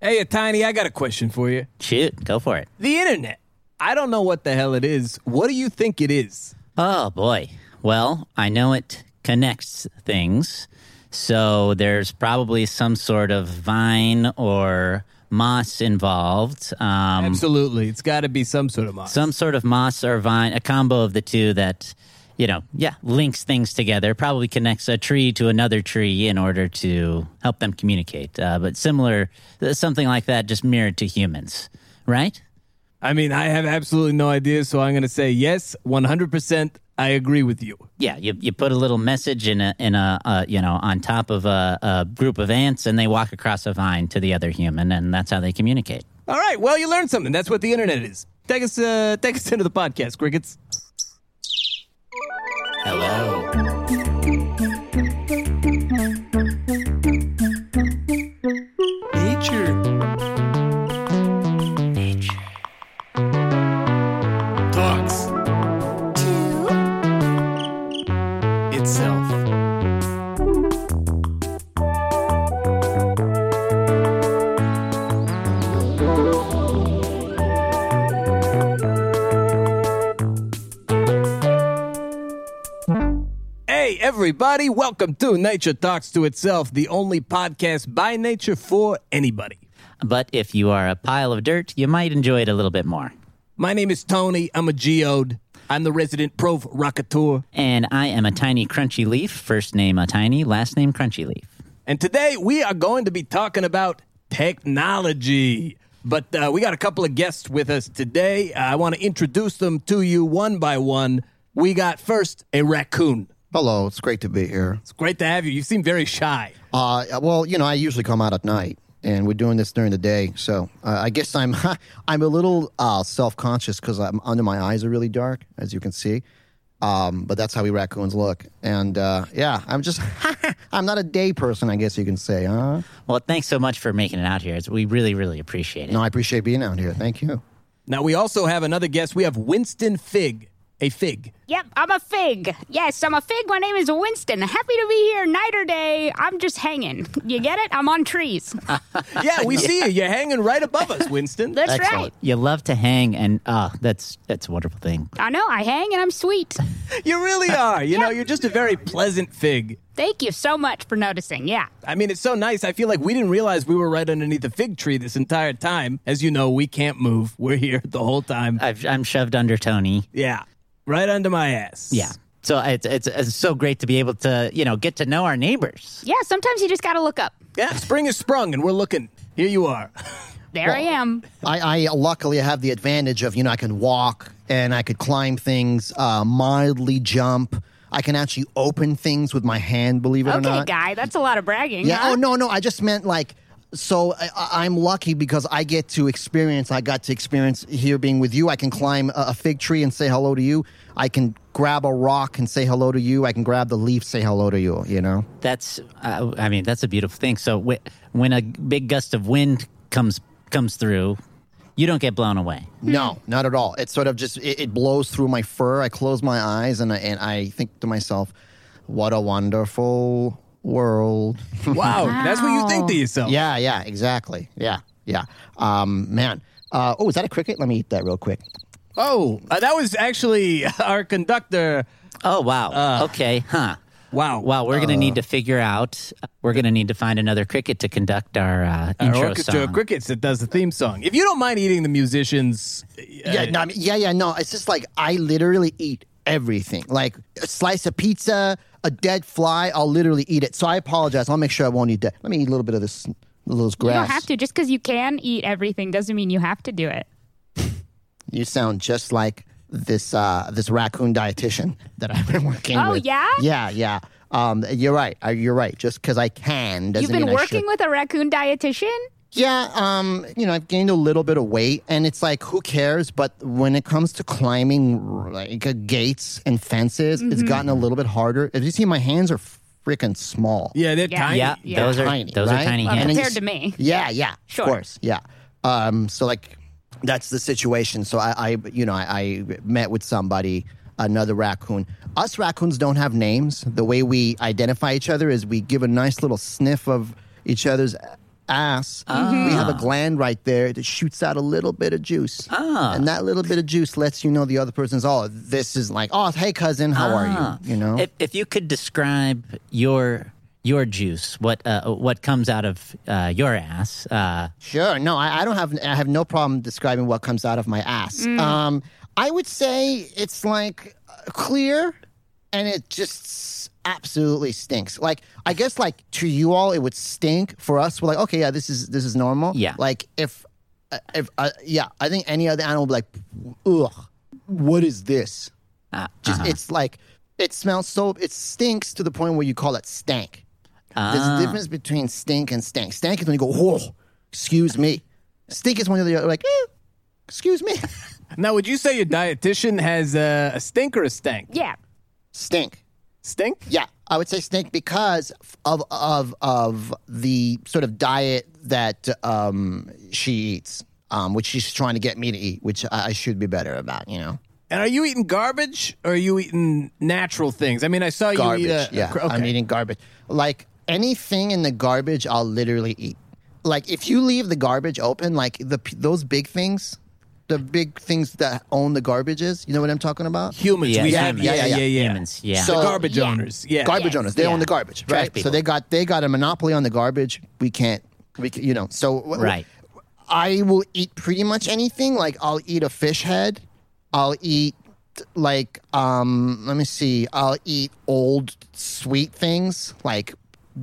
Hey, Tiny, I got a question for you. Shoot, go for it. The internet. I don't know what the hell it is. What do you think it is? Oh boy. Well, I know it connects things. So there's probably some sort of vine or moss involved. Um, Absolutely. It's got to be some sort of moss. some sort of moss or vine, a combo of the two that, you know, yeah, links things together, probably connects a tree to another tree in order to help them communicate. Uh, but similar, something like that, just mirrored to humans, right? I mean, I have absolutely no idea, so I'm going to say yes, 100%. I agree with you. Yeah, you, you put a little message in a in a uh, you know on top of a, a group of ants, and they walk across a vine to the other human, and that's how they communicate. All right, well, you learned something. That's what the internet is. Take us, uh, take us into the podcast, crickets. Hello. Nature. Talks itself. Hey, everybody! Welcome to Nature Talks to Itself, the only podcast by nature for anybody. But if you are a pile of dirt, you might enjoy it a little bit more. My name is Tony. I'm a geode. I'm the resident prov rocateur. And I am a tiny crunchy leaf. First name a tiny, last name crunchy leaf. And today we are going to be talking about technology. But uh, we got a couple of guests with us today. Uh, I want to introduce them to you one by one. We got first a raccoon. Hello, it's great to be here. It's great to have you. You seem very shy. Uh, well, you know, I usually come out at night, and we're doing this during the day, so uh, I guess I'm I'm a little uh, self conscious because I'm under my eyes are really dark, as you can see. Um, but that's how we raccoons look, and uh, yeah, I'm just I'm not a day person, I guess you can say. Huh? Well, thanks so much for making it out here. It's, we really, really appreciate it. No, I appreciate being out here. Thank you. Now we also have another guest. We have Winston Fig, a fig. Yep, I'm a fig. Yes, I'm a fig. My name is Winston. Happy to be here night or day. I'm just hanging. You get it? I'm on trees. Uh, Yeah, we see you. You're hanging right above us, Winston. That's right. Excellent. You love to hang, and ah, that's that's a wonderful thing. I know, I hang and I'm sweet. You really are. You know, you're just a very pleasant fig. Thank you so much for noticing. Yeah. I mean, it's so nice. I feel like we didn't realize we were right underneath a fig tree this entire time. As you know, we can't move. We're here the whole time. I've, I'm shoved under Tony. Yeah, right under my ass. Yeah. So it's, it's it's so great to be able to you know get to know our neighbors. Yeah, sometimes you just got to look up. Yeah, spring is sprung and we're looking. Here you are. There I am. I, I luckily have the advantage of you know I can walk and I could climb things, uh, mildly jump. I can actually open things with my hand, believe it or Okay, not. guy, that's a lot of bragging. Yeah. huh? Oh no, no. I just meant like. So I- I, I'm lucky because I get to experience. I got to experience here being with you. I can climb a, a fig tree and say hello to you. I can grab a rock and say hello to you. I can grab the leaf, say hello to you. You know. That's uh, I mean that's a beautiful thing. So w- when a big gust of wind comes comes through, you don't get blown away. No, not at all. It's sort of just it, it blows through my fur. I close my eyes and I, and I think to myself, what a wonderful world. Wow, that's what you think to yourself. yeah, yeah, exactly. Yeah, yeah. Um, man. Uh, oh, is that a cricket? Let me eat that real quick. Oh, uh, that was actually our conductor. Oh wow. okay. Huh. Wow. Wow. We're gonna need to figure out. We're gonna need to find another cricket to conduct our uh, Our intro orchestra of song. crickets that does the theme song. If you don't mind eating the musicians, uh, Yeah, no, I mean, yeah, yeah, no. It's just like I literally eat everything. Like a slice of pizza, a dead fly, I'll literally eat it. So I apologize. I'll make sure I won't eat that. Let me eat a little bit of this, little this You grass. don't have to. Just because you can eat everything doesn't mean you have to do it. You sound just like this uh, this raccoon dietitian that I've been working Oh, with. yeah? yeah, yeah. Um, you're right. Uh, You're right. Just because I can doesn't You've been mean I should. working with a raccoon dietitian? Yeah, um, you know, I've gained a little bit of weight, and it's like, who cares? But when it comes to climbing like uh, gates and fences, it's gotten a little bit harder. If you see, my hands are freaking small. yeah, they're Yeah. tiny. Yeah, Yeah. those are Tiny, those right? are tiny Well, hands. then you Compared s- to me. Yeah, yeah, Sure. of course, yeah. Um, so like, that's the situation. So I, I you know, I, I met with somebody, another raccoon. Us raccoons don't have names. The way we identify each other is we give a nice little sniff of each other's ass, Mm-hmm. we have a gland right there that shoots out a little bit of juice. Ah. And that little bit of juice lets you know the other person's, oh, this is like, oh, hey, cousin, how Ah. are you? You know? If, if you could describe your your juice, what uh, what comes out of uh, your ass? Uh, Sure. No, I, I don't have. I have no problem describing what comes out of my ass. Um, I would say it's like uh, clear, and it just s- absolutely stinks. Like I guess, like to you all, it would stink. For us, we're like, okay, yeah, this is this is normal. Yeah. Like if, uh, if uh, yeah, I think any other animal would be like, ugh, what is this? uh, Just it's like it smells so it stinks to the point where you call it stank. There's a difference between stink and stank. Stank is when you go, whoa, excuse me. Stink is when you're like, eh, excuse me. Now, would you say your dietitian has uh, a stink or a stank? Yeah. stink. Stink? Yeah, I would say stink because of of of the sort of diet that um, she eats, um, which she's trying to get me to eat, which I, I should be better about. You know, And are you eating garbage or are you eating natural things? I mean, I saw garbage. you eat a. yeah, a cr- I'm okay. eating garbage. Like anything in the garbage, I'll literally eat. Like if you leave the garbage open, like the p- those big things, the big things that own the garbages. You know what I'm talking about? humans. Yeah, we yeah, have, yeah, yeah, Humans, yeah. The So- garbage Yeah. owners. Yeah. garbage Yes, owners. They yeah. own the garbage, Trash right? people. So they got they got a monopoly on the garbage. We can't, we c you know. So w- Right. I will eat pretty much anything. Like I'll eat a fish head. I'll eat like um. Let me see. I'll eat old sweet things like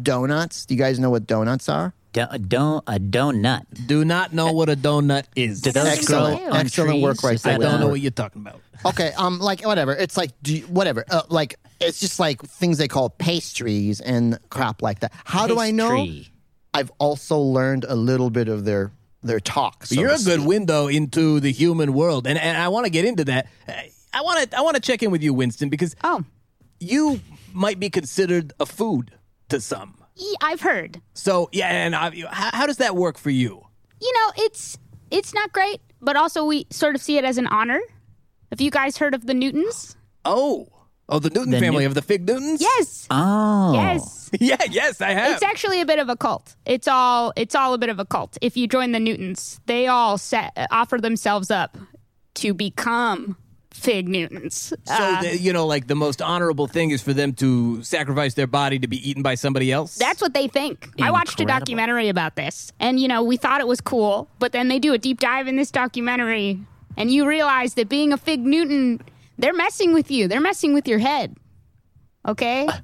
donuts. Do you guys know what donuts are? Don't don't a donut. Do not know what a donut is. Do those Excellent. grow on Excellent trees? work right Is I there that with don't what- know what you're talking about. Okay. Um. Like whatever. It's like do you, whatever. Uh, like it's just like things they call pastries and crap like that. How do I know? Pastry. I've also learned a little bit of their their talk. so You're to a good speak. window into the human world, and and I want to get into that. Uh, I want to I want to check in with you, Winston, because Oh, you might be considered a food to some. e- I've heard. So yeah, and I, how, how does that work for you? You know, it's it's not great, but also we sort of see it as an honor. Have you guys heard of the Newtons? Oh, oh, the Newton The family Newt- of the Fig Newtons. Yes. Oh, Yes. yeah, yes, I have. It's actually a bit of a cult. It's all it's all a bit of a cult. If you join the Newtons, they all set, offer themselves up to become fig Newtons. So the, you know, like the most honorable thing is for them to sacrifice their body to be eaten by somebody else. That's what they think. I watched a Incredible. documentary about this, and you know, we thought it was cool, but then they do a deep dive in this documentary, and you realize that being a fig Newton, they're messing with you. They're messing with your head. Okay? Y-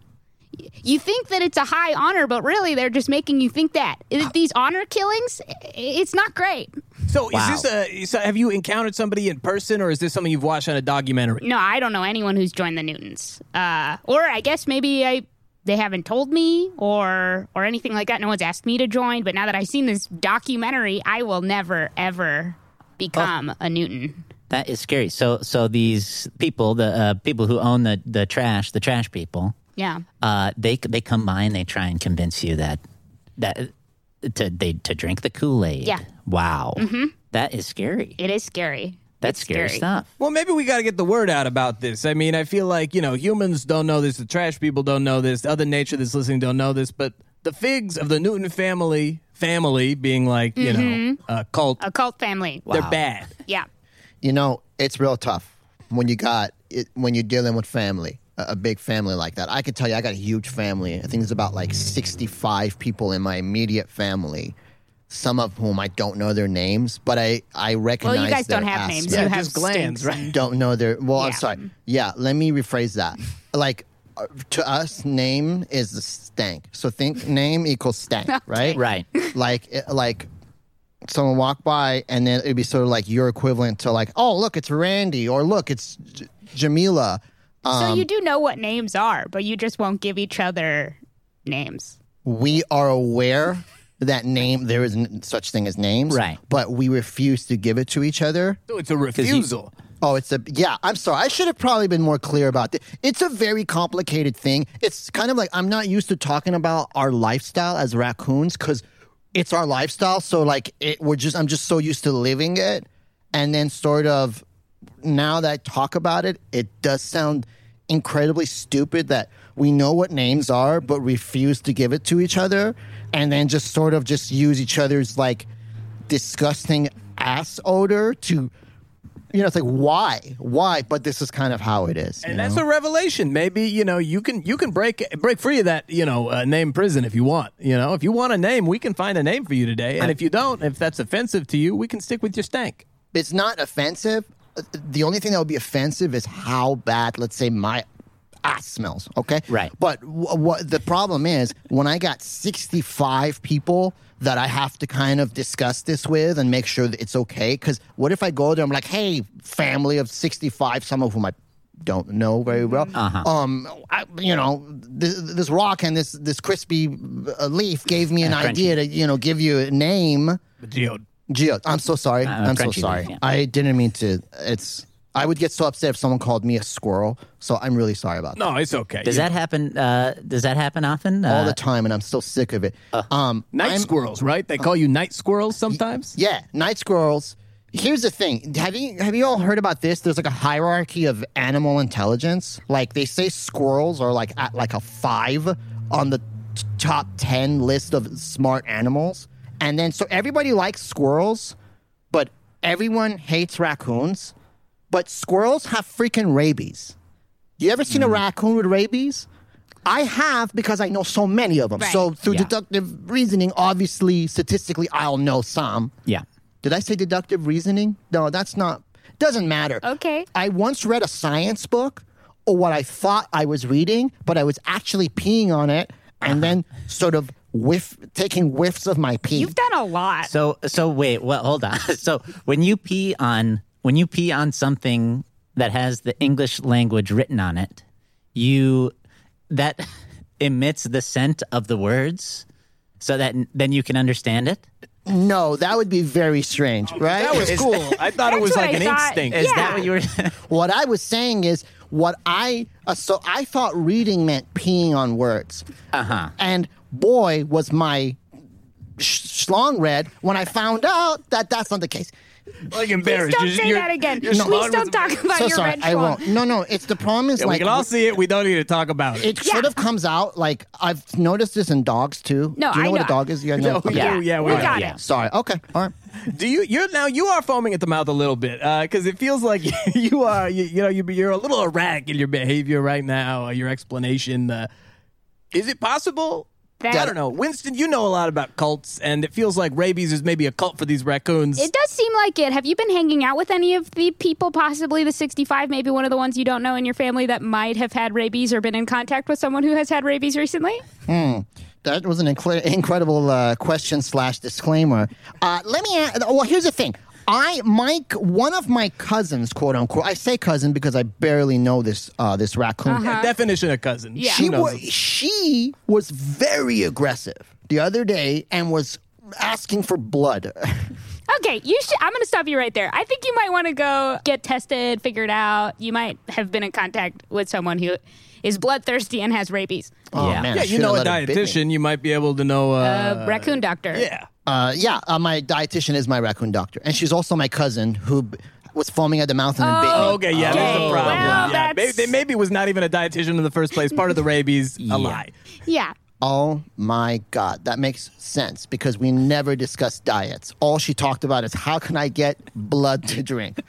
You think that it's a high honor, but really they're just making you think that. I- These honor killings, i- it's not great. so. Wow. Is this a? So have you encountered somebody in person, or is this something you've watched on a documentary? No, I don't know anyone who's joined the Newtons. Uh, or I guess maybe I they haven't told me or or anything like that. No one's asked me to join. But now that I've seen this documentary, I will never ever become a Newton. that is scary. So so these people, the uh, people who own the the trash, the trash people, Yeah. uh, they they come by and they try and convince you that that to they to drink the Kool Aid. Yeah. Wow. That is scary. It is scary. That's scary, scary. stuff. Well, maybe we got to get the word out about this. I mean, I feel like, you know, humans don't know this, the trash people don't know this, the other nature that's listening don't know this, but the figs of the Newton family, family being like, you know, a cult, Mm-hmm. A cult family. they're bad. Yeah. You know, it's real tough when you got it, when you're dealing with family, a, a big family like that. I can tell you, I got a huge family. I think there's about like 65 people in my immediate family. Some of whom I don't know their names, but I I Well, recognize. you guys don't their have names. aspect. You Yeah, have just glands, stinks. right? don't know their well i'm Yeah. sorry yeah let me rephrase that like uh, to us name is the stank so think name equals stank right Right. like it- like someone walk by and then it'd be sort of like your equivalent to like oh look it's randy or look it's J- jamila so you do know what names are, but you just won't give each other names. we are aware that name there is n- such thing as names Right. but we refuse to give it to each other So it's a refusal. Oh, it's a yeah. I'm sorry. I should have probably been more clear about this. It's a very complicated thing. It's kind of like I'm not used to talking about our lifestyle as raccoons because it's our lifestyle. So like it, we're just I'm just so used to living it, and then sort of now that I talk about it, it does sound incredibly stupid that we know what names are, but refuse to give it to each other, and then just sort of just use each other's like disgusting ass odor to, you know, it's like why, why? But this is kind of how it is. you And that's know? a revelation. Maybe you know you can you can break break free of that you know uh, name prison if you want. You know if you want a name, we can find a name for you today. And if you don't, if that's offensive to you, we can stick with your stank. it's not offensive. The only thing that would be offensive is how bad, let's say, my ass smells. Okay, Right. But wh- what the problem is when I got sixty-five people that I have to kind of discuss this with and make sure that it's okay. Because what if I go there? I'm like, hey, family of sixty-five, some of whom I don't know very well. Uh-huh. Um, I, you know, this, this rock and this this crispy uh, leaf gave me an crunchy. idea to you know give you a name. Geode. Gio, I'm so sorry. I'm so crunchy sorry. leaf, Uh, yeah. I didn't mean to. It's. I would get so upset if someone called me a squirrel. So I'm really sorry about that. No, it's okay. Does You- that happen? Uh, does that happen often? All uh, the time, and I'm still sick of it. um, uh, night I'm- squirrels, right? They call you night squirrels sometimes. Yeah, night squirrels. Here's the thing. Have you have you all heard about this? There's like a hierarchy of animal intelligence. Like they say squirrels are like at like a 5 on the t- top 10 list of smart animals. And then so everybody likes squirrels, but everyone hates raccoons. But squirrels have freaking rabies. You ever seen a raccoon with rabies? I have because I know so many of them. Right. So through Yeah. deductive reasoning, obviously, statistically, I'll know some. yeah. Did I say deductive reasoning? No, that's not. Doesn't matter. Okay. I once read a science book, or what I thought I was reading, but I was actually peeing on it, Uh-huh. and then sort of whiff, taking whiffs of my pee. You've done a lot. So so wait, well hold on. So when you pee on when you pee on something that has the English language written on it, you that emits the scent of the words so that then you can understand it. no, that would be very strange, right? That was cool. I thought it That's was what like I an thought. instinct. Is Yeah. that what you were What I was saying is what I uh, so I thought reading meant peeing on words. Uh-huh. And boy was my sh- schlong red when I found out that that's not the case. Like Please embarrassed. don't You're- say you're- that again. you're smart Please with- don't talk about so your sorry, red I phone. won't. No, no, it's the problem is Yeah, like we can all see it. We don't need to talk about it. it sort of comes out like I've noticed this in dogs too. No, Do you know I what a know. dog is? You guys know? No, we Okay. do. Yeah, we we got Oh, yeah. it. Oh. Sorry. Okay. All right. Do you? You're now you are foaming at the mouth a little bit because it feels like you are. You, you know, you, be- you're a little erratic in your behavior right now. Uh, your explanation. Uh, is it possible? That- I don't know, Winston. You know a lot about cults, and it feels like rabies is maybe a cult for these raccoons. It does seem like it. Have you been hanging out with any of the people, possibly the 65, maybe one of the ones you don't know in your family that might have had rabies or been in contact with someone who has had rabies recently? That was an incre- incredible uh, question slash disclaimer. Uh, let me. a- Well, here's the thing. I, Mike, one of my cousins, quote unquote. I say cousin because I barely know this uh, this raccoon. Definition of cousin. Yeah. Uh-huh. Who She knows? was she was very aggressive the other day and was asking for blood. Okay, you should. I'm going to stop you right there. I think you might want to go get tested, figure it out. You might have been in contact with someone who is bloodthirsty and has rabies. oh Yeah. man! I yeah, you should've know a let her bit me. dietitian. You might be able to know. Uh, A raccoon doctor. yeah. Uh, yeah, uh, my dietitian is my raccoon doctor, and she's also my cousin who b- was foaming at the mouth and then bit me. Okay, yeah, there's a Okay, problem. oh, yeah, well, that's- maybe, they maybe was not even a dietitian in the first place. Part of the rabies, a lie. Yeah. Oh my God, that makes sense because we never discussed diets. All she talked about is how can I get blood to drink.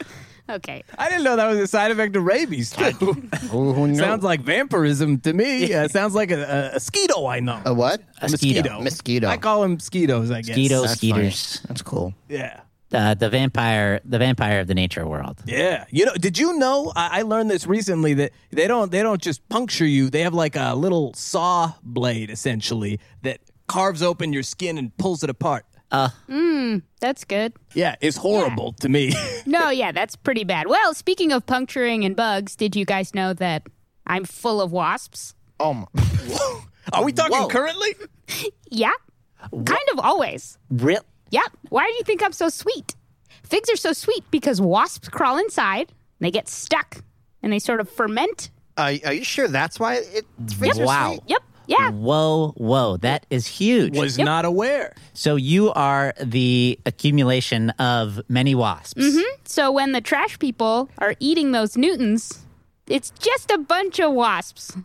Okay. I didn't know that was a side effect of rabies. Too. Who, who knew? Sounds like vampirism to me. Uh, sounds like a, a, a skeeto I know. a what? A mosquito. Mosquito. I call them mosquitoes, I guess. Mosquitoes. That's funny. Skeeters. That's cool. Yeah. uh, the vampire the vampire of the nature world? Yeah. You know, did you know I, I learned this recently that they don't they don't just puncture you. They have like a little saw blade essentially that carves open your skin and pulls it apart. That's good. Yeah, it's horrible to me. No, yeah, that's pretty bad. Well, speaking of puncturing and bugs, did you guys know that I'm full of wasps? Oh my. Are we talking currently? Yeah. Kind of always. Real Yep. Why do you think I'm so sweet? Figs are so sweet because wasps crawl inside, and they get stuck, and they sort of ferment. Are, are you sure that's why it, it's Yep. Wow. Yep. Yeah. Mm. Whoa, whoa, that is huge. Was not aware. so you are the accumulation of many wasps. Mm-hmm. So when the trash people are eating those Newtons, it's just a bunch of wasps.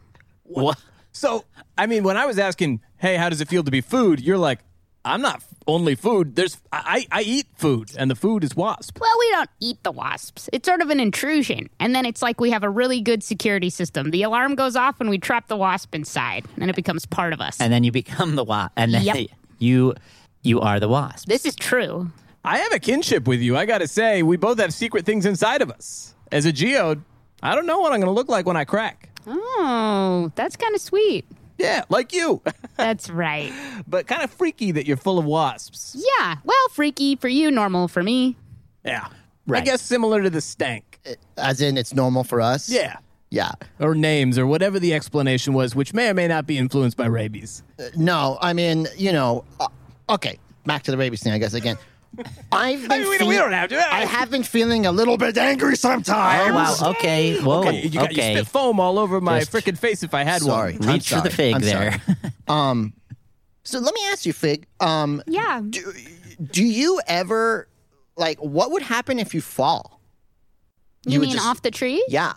What? So, I mean, when I was asking, hey, how does it feel to be food? You're like, I'm not f- only food. There's I, I I eat food, and the food is wasp. Well, we don't eat the wasps. It's sort of an intrusion. And then it's like we have a really good security system. The alarm goes off and we trap the wasp inside, and it becomes part of us. and then you become the wasp, and then Yep. you you are the wasp. this is true. I have a kinship with you. I got to say, we both have secret things inside of us. As a geode, I don't know what I'm going to look like when I crack. Oh, that's kind of sweet. Yeah, like you, That's right. but kind of freaky that you're full of wasps. Yeah. Well, freaky for you, normal for me. Yeah, I Right. guess similar to the stank. As in, it's normal for us. Yeah, Yeah. or names, or whatever the explanation was, which may or may not be influenced by rabies. No, I mean, you know, uh, okay, back to the rabies thing, I guess, again. I've been I mean, we, we feel- don't have to. I have been feeling a little bit angry sometimes. Oh wow! Okay, whoa, Okay, Oh, okay. you, got, you spit foam all over my Just- frickin' face if I had Sorry. one. I'm Reach for sorry. the fig I'm there. sorry. Um, So let me ask you, Fig. Um, Yeah. do, do you ever like what would happen if you fall? You, you would mean just- off the tree? Yeah,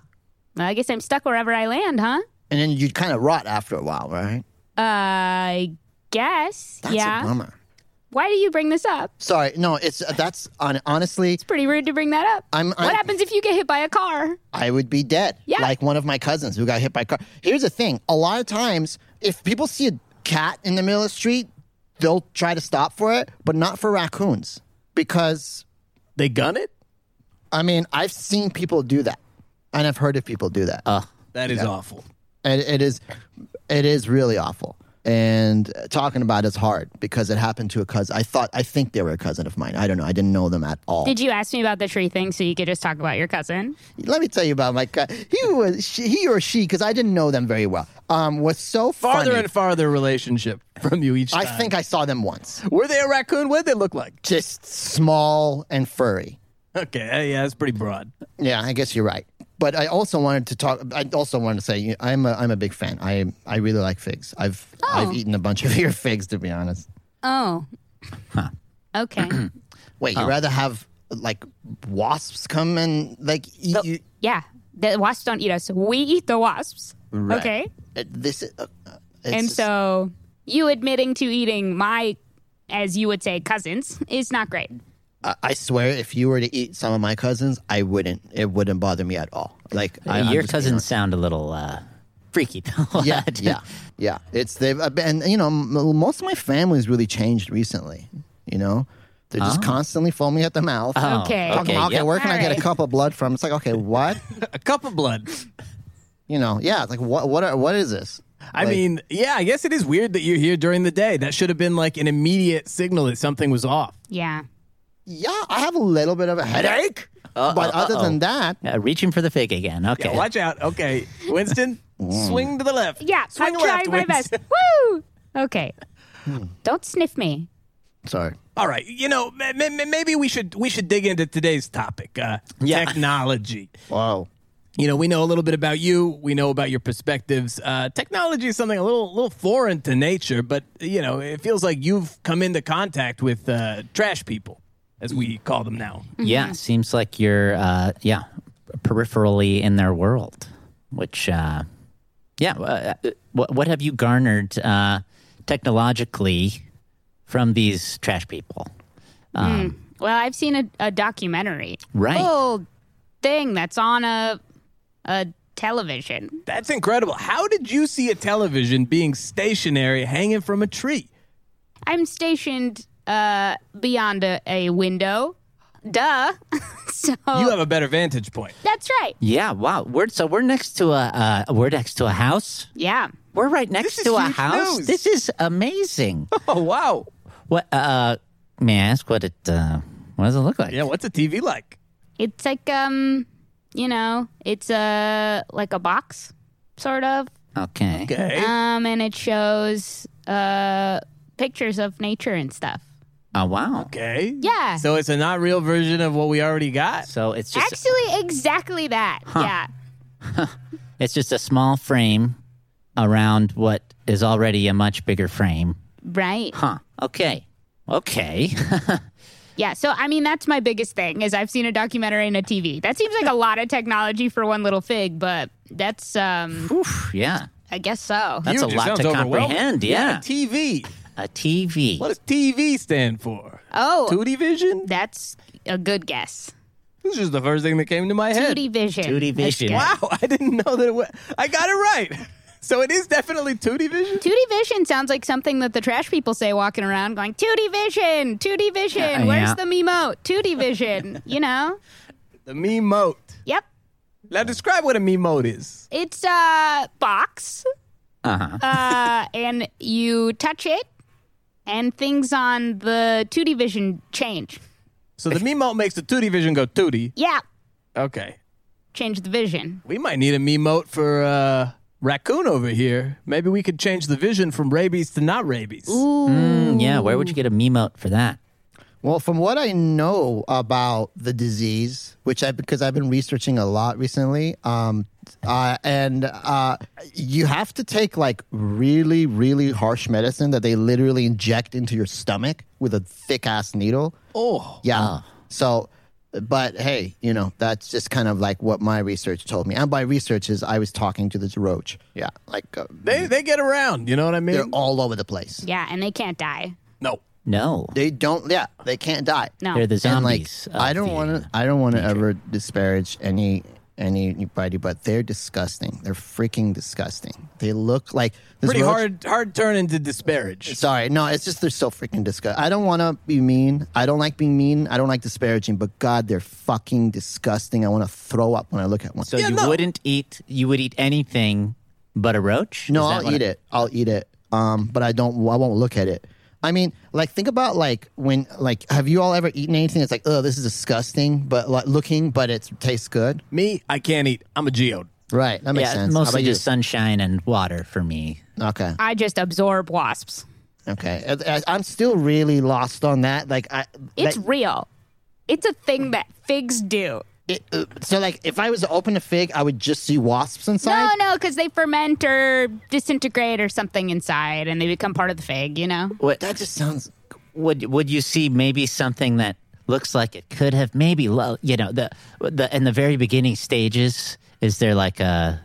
Well, I guess I'm stuck wherever I land, huh? and then you'd kind of rot after a while, right? I guess. That's a yeah. bummer. Why do you bring this up? Sorry, no, it's uh, that's on, honestly, Pretty rude to bring that up. I'm- what I'm- happens if you get hit by a car? I would be dead. Yeah. like one of my cousins who got hit by a car. Here's the thing: a lot of times, if people see a cat in the middle of the street, they'll try to stop for it, but not for raccoons because They gun it? I mean, I've seen people do that, and I've heard of people do that. That is awful. And it is, it is really awful. And uh, talking about it's hard because it happened to a cousin. I thought, I think they were a cousin of mine. I don't know. I didn't know them at all. Did you ask me about the tree thing so you could just talk about your cousin? Let me tell you about my cousin. He was she, he or she because I didn't know them very well. Um, was so Farther funny. and farther relationship from you each time. I think I saw them once. Were they a raccoon? What did they look like? Just small and furry. Okay, uh, yeah, that's pretty broad. Yeah, I guess you're right. But I also wanted to talk. I also wanted to say you- I'm a I'm a big fan. I I really like figs. I've I've eaten a bunch of your figs to be honest. Oh. Okay. Wait, you rather have like wasps come and like eat you? yeah. The wasps don't eat us. We eat the wasps. Okay. Uh, This is. Uh, uh, it's and just- so you admitting to eating my, as you would say, cousins is not great. I- I swear, if you were to eat some of my cousins, I wouldn't. It wouldn't bother me at all. Like I, I'm Uh, Your just- cousins sound a little uh, freaky, though. Yeah, yeah, yeah. It's they've uh, and you know m- most of my family's really changed recently. You know, they're just constantly foaming at the mouth. Oh, Okay. Talking about, okay, yep. where can I get a Alright. cup of blood from? It's like, okay, what? A cup of blood. you know, yeah, it's like what what are, what is this? I Like, mean, yeah, I guess it is weird that you're here during the day. That should have been like an immediate signal that something was off. Yeah. yeah, I have a little bit of a headache, but other than that, Uh, reaching for the fig again. Okay. Yeah, watch out. Okay, Winston, Mm. swing to the left. Yeah. swing I'm left, trying my Winston. best. Woo! Okay. Hmm. Don't sniff me. sorry. All right, you know, ma- ma- ma- maybe we should we should dig into today's topic, uh, Yeah. technology. Wow. you know, we know a little bit about you. We know about your perspectives. Uh, technology is something a little, little foreign to nature, but you know, it feels like you've come into contact with uh, trash people, as we call them now. Yeah, Mm-hmm. seems like you're uh, yeah peripherally in their world, which uh, yeah, uh, what what have you garnered uh, technologically from these trash people? Hmm. Hmm. Well, I've seen a, a documentary. Right. Full thing that's on a a television. That's incredible. How did you see a television being stationary, hanging from a tree? I'm stationed uh, beyond a, a window. Duh. so You have a better vantage point. that's right. Yeah, wow. We're so we're next to a uh, we're next to a house. Yeah. We're right next is to a huge house. news. This is amazing. Oh wow! what uh, may I ask what it uh, what does it look like? Yeah, what's a TV like? It's like um, you know, it's a like a box sort of. Okay. Okay, Um, and it shows uh pictures of nature and stuff. Oh wow. okay, Yeah. So it's a not real version of what we already got. So it's just Actually, exactly that. Yeah. It's just a small frame around what is already a much bigger frame. Right. Huh. Okay. Okay. Yeah, so I mean that's my biggest thing is I've seen a documentary and a TV. That seems like a lot of technology for one little fig, but that's um Oof, yeah. I guess so. That's Huge. a It lot sounds to overwhelming. comprehend. Yeah. TV. A TV. What does TV stand for? Oh. Tootie Vision? That's a good guess. This is the first thing that came to my head. Tootie Vision. Tootie That's Vision. good. Wow. Wow, I didn't know that it was. I got it right. So it is definitely Tootie Vision? Tootie Vision sounds like something that the trash people say walking around going, Tootie Vision, Tootie Vision, Uh, where's yeah. the Memote? Tootie Vision, you know? The Memote. Yep. Now describe what a Memote is. It's a box, Uh-huh. uh, and you touch it, and things on the Tootie Vision change. So the Memote makes the Tootie Vision go Tootie. Yeah, Okay. change the vision. We might need a Memote for uh, Raccoon over here. Maybe we could change the vision from rabies to not rabies. Mm, yeah. Where would you get a memote for that? Well, from what I know about the disease, which I because I've been researching a lot recently, um, uh, and uh, you have to take like really, really harsh medicine that they literally inject into your stomach with a thick ass needle. Oh. Yeah. Uh-huh. So, but hey, you know that's just kind of like what my research told me. And by research is I was talking to this roach. Yeah, like uh, They, they get around, you know what I mean? they're all over the place. Yeah, and they can't die. no. No. They don't. Yeah, they can't die. No. They're the And, like, zombies. of I don't the- want to. I don't want to ever disparage any anybody, but they're disgusting. They're freaking disgusting. They look like this Pretty roach- hard hard turn into disparage. Sorry, no, it's just they're so freaking disgusting. I don't want to be mean. I don't like being mean. I don't like disparaging, but God, they're fucking disgusting. I want to throw up when I look at one. So Yeah, you no. wouldn't eat. You would eat anything but a roach. No, Is that I'll what eat I- it. I'll eat it. Um, but I don't. I won't look at it. I mean, like think about like when like have you all ever eaten anything that's like oh this is disgusting but like looking but it tastes good Me, I can't eat. I'm a geode. right that makes Yeah, sense How mostly about you? just sunshine and water for me. Okay. I just absorb wasps. Okay. I, I- I'm still really lost on that. Like, I. It's like, real. It's a thing that figs do. it, uh, so like if I was to open a fig, I would just see wasps inside. No, no, because they ferment or disintegrate or something inside, and they become part of the fig. You know, What That just sounds. would would you see? Maybe something that looks like it could have maybe lo- you know the the in the very beginning stages. Is there like a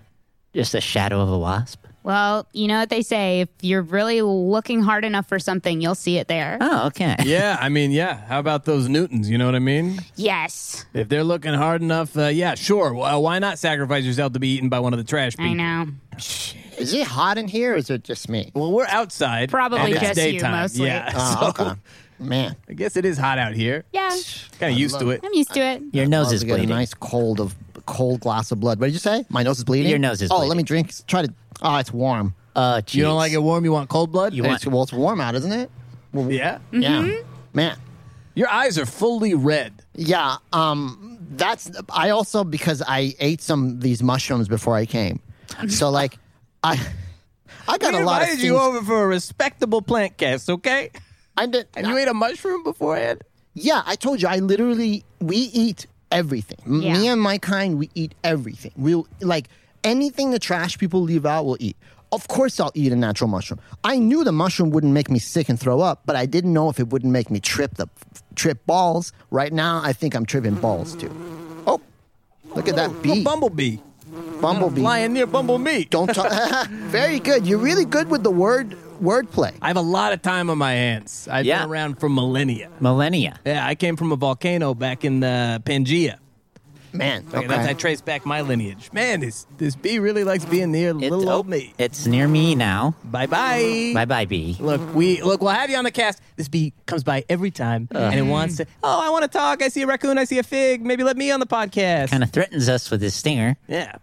just a shadow of a wasp? Well, you know what they say if you're really looking hard enough for something, you'll see it there. Oh, okay. Yeah, I mean, yeah. How about those Newtons? You know what I mean? Yes, If they're looking hard enough, uh, yeah, sure. Well, why not sacrifice yourself to be eaten by one of the trash people? I know. Is it hot in here, or is it just me? Well, we're outside. Probably and just it's you daytime. mostly. Yeah, Oh, so okay. Man, I guess it is hot out here. Yeah, Kind of used to it. I'm used to it. Your nose I'll is get a bleeding. nice cold of cold glass of blood. What did you say? My nose is bleeding. Your nose is Oh, let bleeding. me drink. Try to. Oh, it's warm. Uh, You don't like it warm? You want cold blood? You want- It's, well, it's warm out, isn't it? Well, yeah. Yeah. Man. Your eyes are fully red. Yeah, um, that's. I also because I ate some of these mushrooms before I came, so like, I, I got we a lot of invited things. you over for a respectable plant cast, okay? I did. And you ate a mushroom beforehand. yeah, I told you. I literally we eat everything. M- Yeah. Me and my kind, we eat everything. We'll like anything the trash people leave out. We'll eat. Of course, I'll eat a natural mushroom. I knew the mushroom wouldn't make me sick and throw up, but I didn't know if it wouldn't make me trip the trip balls. Right now, I think I'm tripping balls too. Oh, look at that bee, Oh, Bumblebee bumblebee. flying near Bumblebee. Don't talk. Very good. You're really good with the word wordplay. I have a lot of time on my hands. I've Yeah. been around for millennia. millennia. Yeah, I came from a volcano back in uh, Pangaea. Man, Okay, That's, I okay. trace back my lineage. Man, this this bee really likes being near little oh, old me. It's near me now. Bye bye. Bye bye, bee. Look, we look. We'll have you on the cast. This bee comes by every time, Uh. and it wants to. Oh, I want to talk. I see a raccoon. I see a fig. Maybe let me on the podcast. Kind of threatens us with his stinger. Yeah.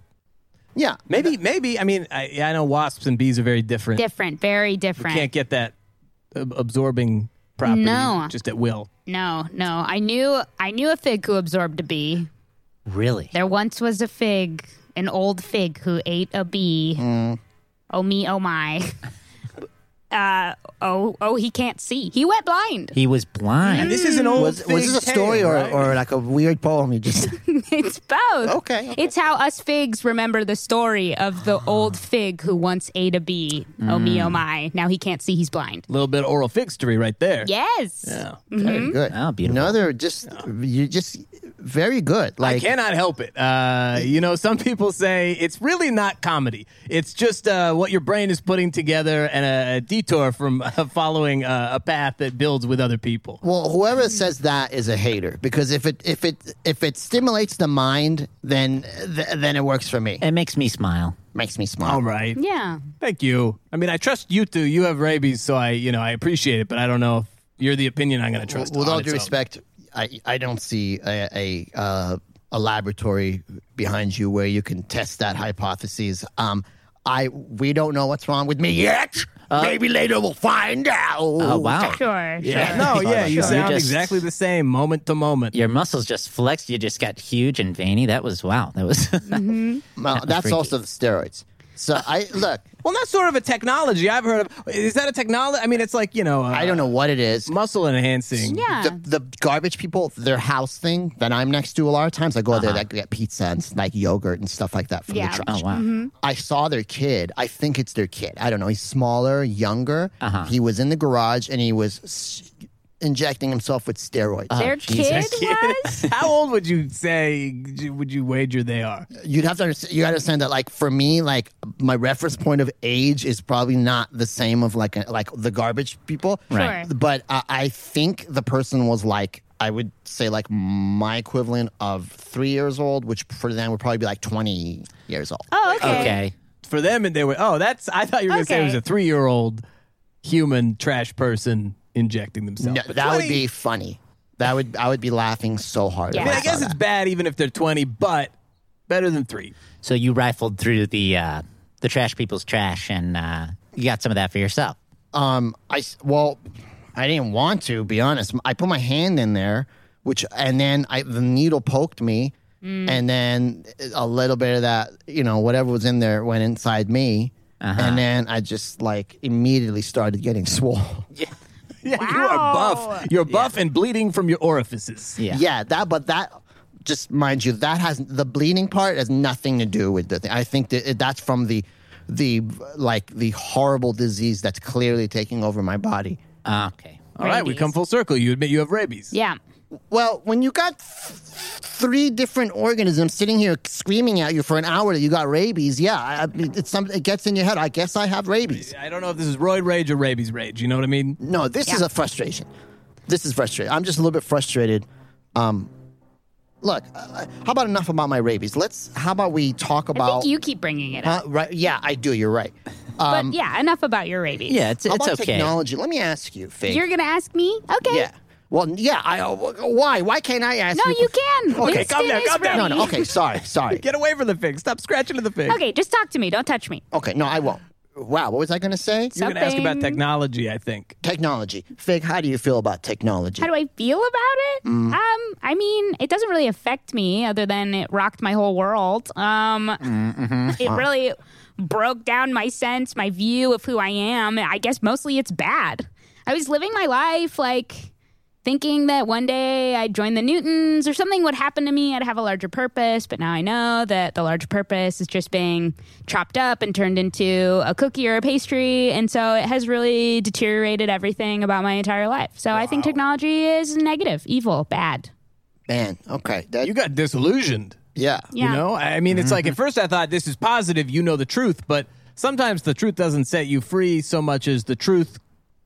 Yeah. Maybe. Maybe. I mean, I, I know wasps and bees are very different. Different, very You different. can't get that ab- absorbing property No. just at will. no, no. I knew, I knew a fig who absorbed a bee. Really? There once was a fig, an old fig who ate a bee. Mm. Oh me, oh my. uh, oh, oh, he can't see. He went blind. He was blind. This is an old. Was, was fig this a story tale, or, right? or like a weird poem you just. It's both. Okay, okay. It's how us figs remember the story of Uh-huh. the old fig who once ate a bee. Oh me, Mm. oh my. Now he can't see, he's blind. little bit of oral figstory right there? Yes. Yeah. Very good. Oh, beautiful. Another just. You just. very good. Like I cannot help it. Uh, you know, some people say it's really not comedy. It's just uh, what your brain is putting together and a, a detour from uh, following uh, a path that builds with other people. Well, whoever says that is a hater because if it if it if it stimulates the mind, then th- then it works for me. It makes me smile. makes me smile. All right. Yeah. Thank you. I mean, I trust you two. You have rabies, so I, you know, I appreciate it, but I don't know if you're the opinion I'm going to trust. With on all its due own. respect, I I don't see a a, uh, a laboratory behind you where you can test that hypothesis. Um, I we don't know what's wrong with me yet. Uh, Maybe later we'll find out. Oh wow. Sure. Yeah. Sure. No, yeah, you You sound just- exactly the same moment to moment. Your muscles just flexed. You just got huge and veiny. That was wow. That was oh, Mm-hmm. Well, that's freaky. also the steroids. So I look. Well, that's sort of a technology I've heard of. Is that a technology? I mean, it's like, you know, uh, I don't know what it is. muscle enhancing. Yeah. the, the garbage people, their house thing that I'm next to a lot of times, I go there, that get pizza and like yogurt and stuff like that from Uh-huh. Yeah. Mm-hmm. the oh trash. wow. I saw their kid. I think it's their kid. I don't know. He's smaller, younger. Uh-huh. He was in the garage and he was s- injecting himself with steroids. Their Jesus. kid was? How old would you say would you wager they are? You'd have to understand, you understand that, like for me, like my reference point of age is probably not the same of like a, like the garbage people, Right. Sure. But uh, I think the person was like I would say like my equivalent of three years old, which for them would probably be like twenty years old. Oh, okay. Okay. For them, and they were oh, that's I thought you were going to say it was Okay. a three year old human trash person injecting themselves. No, But that would 20 be funny. That would I would be laughing so hard. I Yeah. if mean, I saw guess that. it's bad even if they're twenty, but better than three. So you rifled through the uh, the trash people's trash and uh, you got some of that for yourself. Um, I s- well, I didn't want to be honest. I put my hand in there, which and then I the needle poked me, and then a little bit of that, you know, whatever was in there went inside me, and then I just like immediately started getting swole. Yeah, you are Wow. buff. You're buff and bleeding from your orifices. Yeah. yeah, that but that. Just mind you, that has the bleeding part has nothing to do with the thing. I think that it, that's from the, the like the horrible disease that's clearly taking over my body. Ah, okay. All right, we Rabies. come full circle. You admit you have rabies. Yeah. Well, when you got th- three different organisms sitting here screaming at you for an hour that you got rabies, yeah, I, I mean, it's some, it gets in your head. I guess I have rabies. I don't know if this is roid rage or rabies rage. You know what I mean? No, this is Yeah. a frustration. This is frustrating. I'm just a little bit frustrated. Um, look, uh, how about enough about my rabies? Let's. How about we talk I about? think you keep bringing it up. uh, right? Yeah, I do. You're right. Um, but yeah, enough about your rabies. Yeah, it's How it's about okay. technology? Let me ask you, Faith. You're going to ask me? Okay. yeah. Well, yeah. I, uh, why? Why can't I ask No, you? you can. Okay, Winston calm down, is calm down. ready. No, no. Okay, sorry, sorry. Get away from the fig. Stop scratching at the fig. Okay, just talk to me. Don't touch me. Okay, no, I won't. Wow, what was I going to say? You're going to ask about Something. technology, I think. Technology. Fig, how do you feel about technology? How do I feel about it? Mm. Um, I mean, it doesn't really affect me other than it rocked my whole world. Um, Mm-hmm. it really broke down my sense, my view of who I am. I guess mostly it's bad. I was living my life like thinking that one day I'd join the Newtons or something would happen to me. I'd have a larger purpose, but now I know that the larger purpose is just being chopped up and turned into a cookie or a pastry. And so it has really deteriorated everything about my entire life. So I think technology is negative, evil, bad. Man, okay. That, You got disillusioned. yeah. Yeah. You know, I mean, it's like at first I thought this is positive, you know the truth, but sometimes the truth doesn't set you free so much as the truth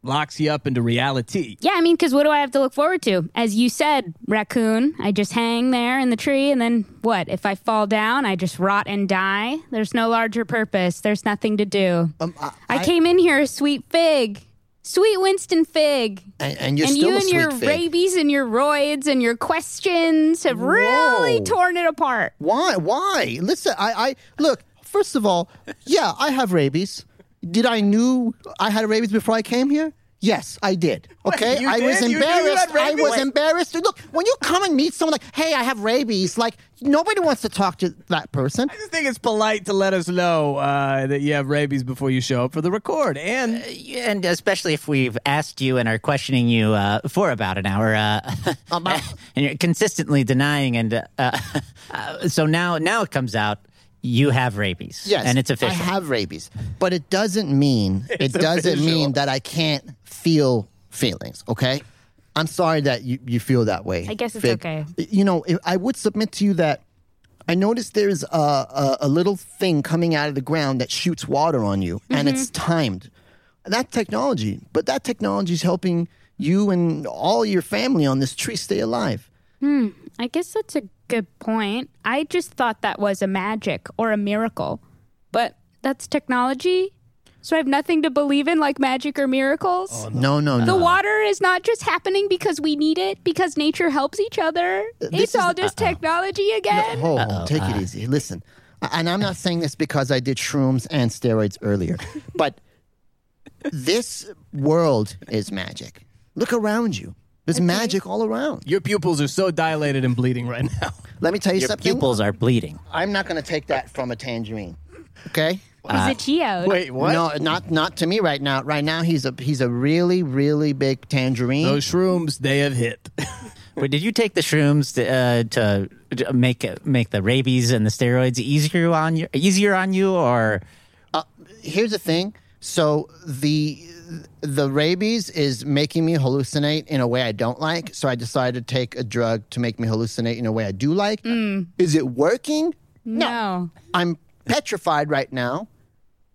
locks you up into reality. Yeah, I mean, because what do I have to look forward to? As you said, raccoon, I just hang there in the tree, and then what? If I fall down, I just rot and die. There's no larger purpose. There's nothing to do. I- I, came in here a sweet fig, sweet Winston fig. And, and you're and still you a and sweet your fig. rabies and your roids and your questions have really Whoa. torn it apart. Why? Why? Listen, I, I look. First of all, yeah, I have rabies. Did I knew I had rabies before I came here? Yes, I did. Okay, you I was did? You knew you had embarrassed. I rabies? was Wait. embarrassed. Look, when you come and meet someone like, "Hey, I have rabies," like nobody wants to talk to that person. I just think it's polite to let us know uh, that you have rabies before you show up for the record. And And especially if we've asked you and are questioning you uh, for about an hour, uh, About- and you're consistently denying, and uh, uh, so now now it comes out you have rabies. Yes, and it's official. I have rabies, but it doesn't mean it doesn't official. mean that I can't feel feelings. Okay, I'm sorry that you, you feel that way. I guess it's okay. You know, if- I would submit to you that I noticed there's a, a, a little thing coming out of the ground that shoots water on you, and Mm-hmm. it's timed. That technology, but that technology is helping you and all your family on this tree stay alive. I guess that's a good point. I just thought that was a magic or a miracle, but that's technology. So I have nothing to believe in like magic or miracles. No, no, Oh, no. the water is not just happening because we need it, because nature helps each other. this It's is- uh-uh. all just technology again. Ho, ho, Oh, take it easy. Listen, I- and I'm not saying this because I did shrooms and steroids earlier, but this world is magic. Look around you. There's magic all around. Your pupils are so dilated and bleeding right now. Let me tell you Your something. pupils are bleeding. I'm not going to take that from a tangerine. Okay? He's a geode. Wait, what? No, not not to me right now. Right now, he's a he's a really really big tangerine. Those shrooms, they have hit. Wait, did you take the shrooms to, uh, to to make it- make the rabies and the steroids easier on you? Easier on you, or here's the thing. So the the rabies is making me hallucinate in a way I don't like. So I decided to take a drug to make me hallucinate in a way I do like. Is it working? no. I'm petrified right now,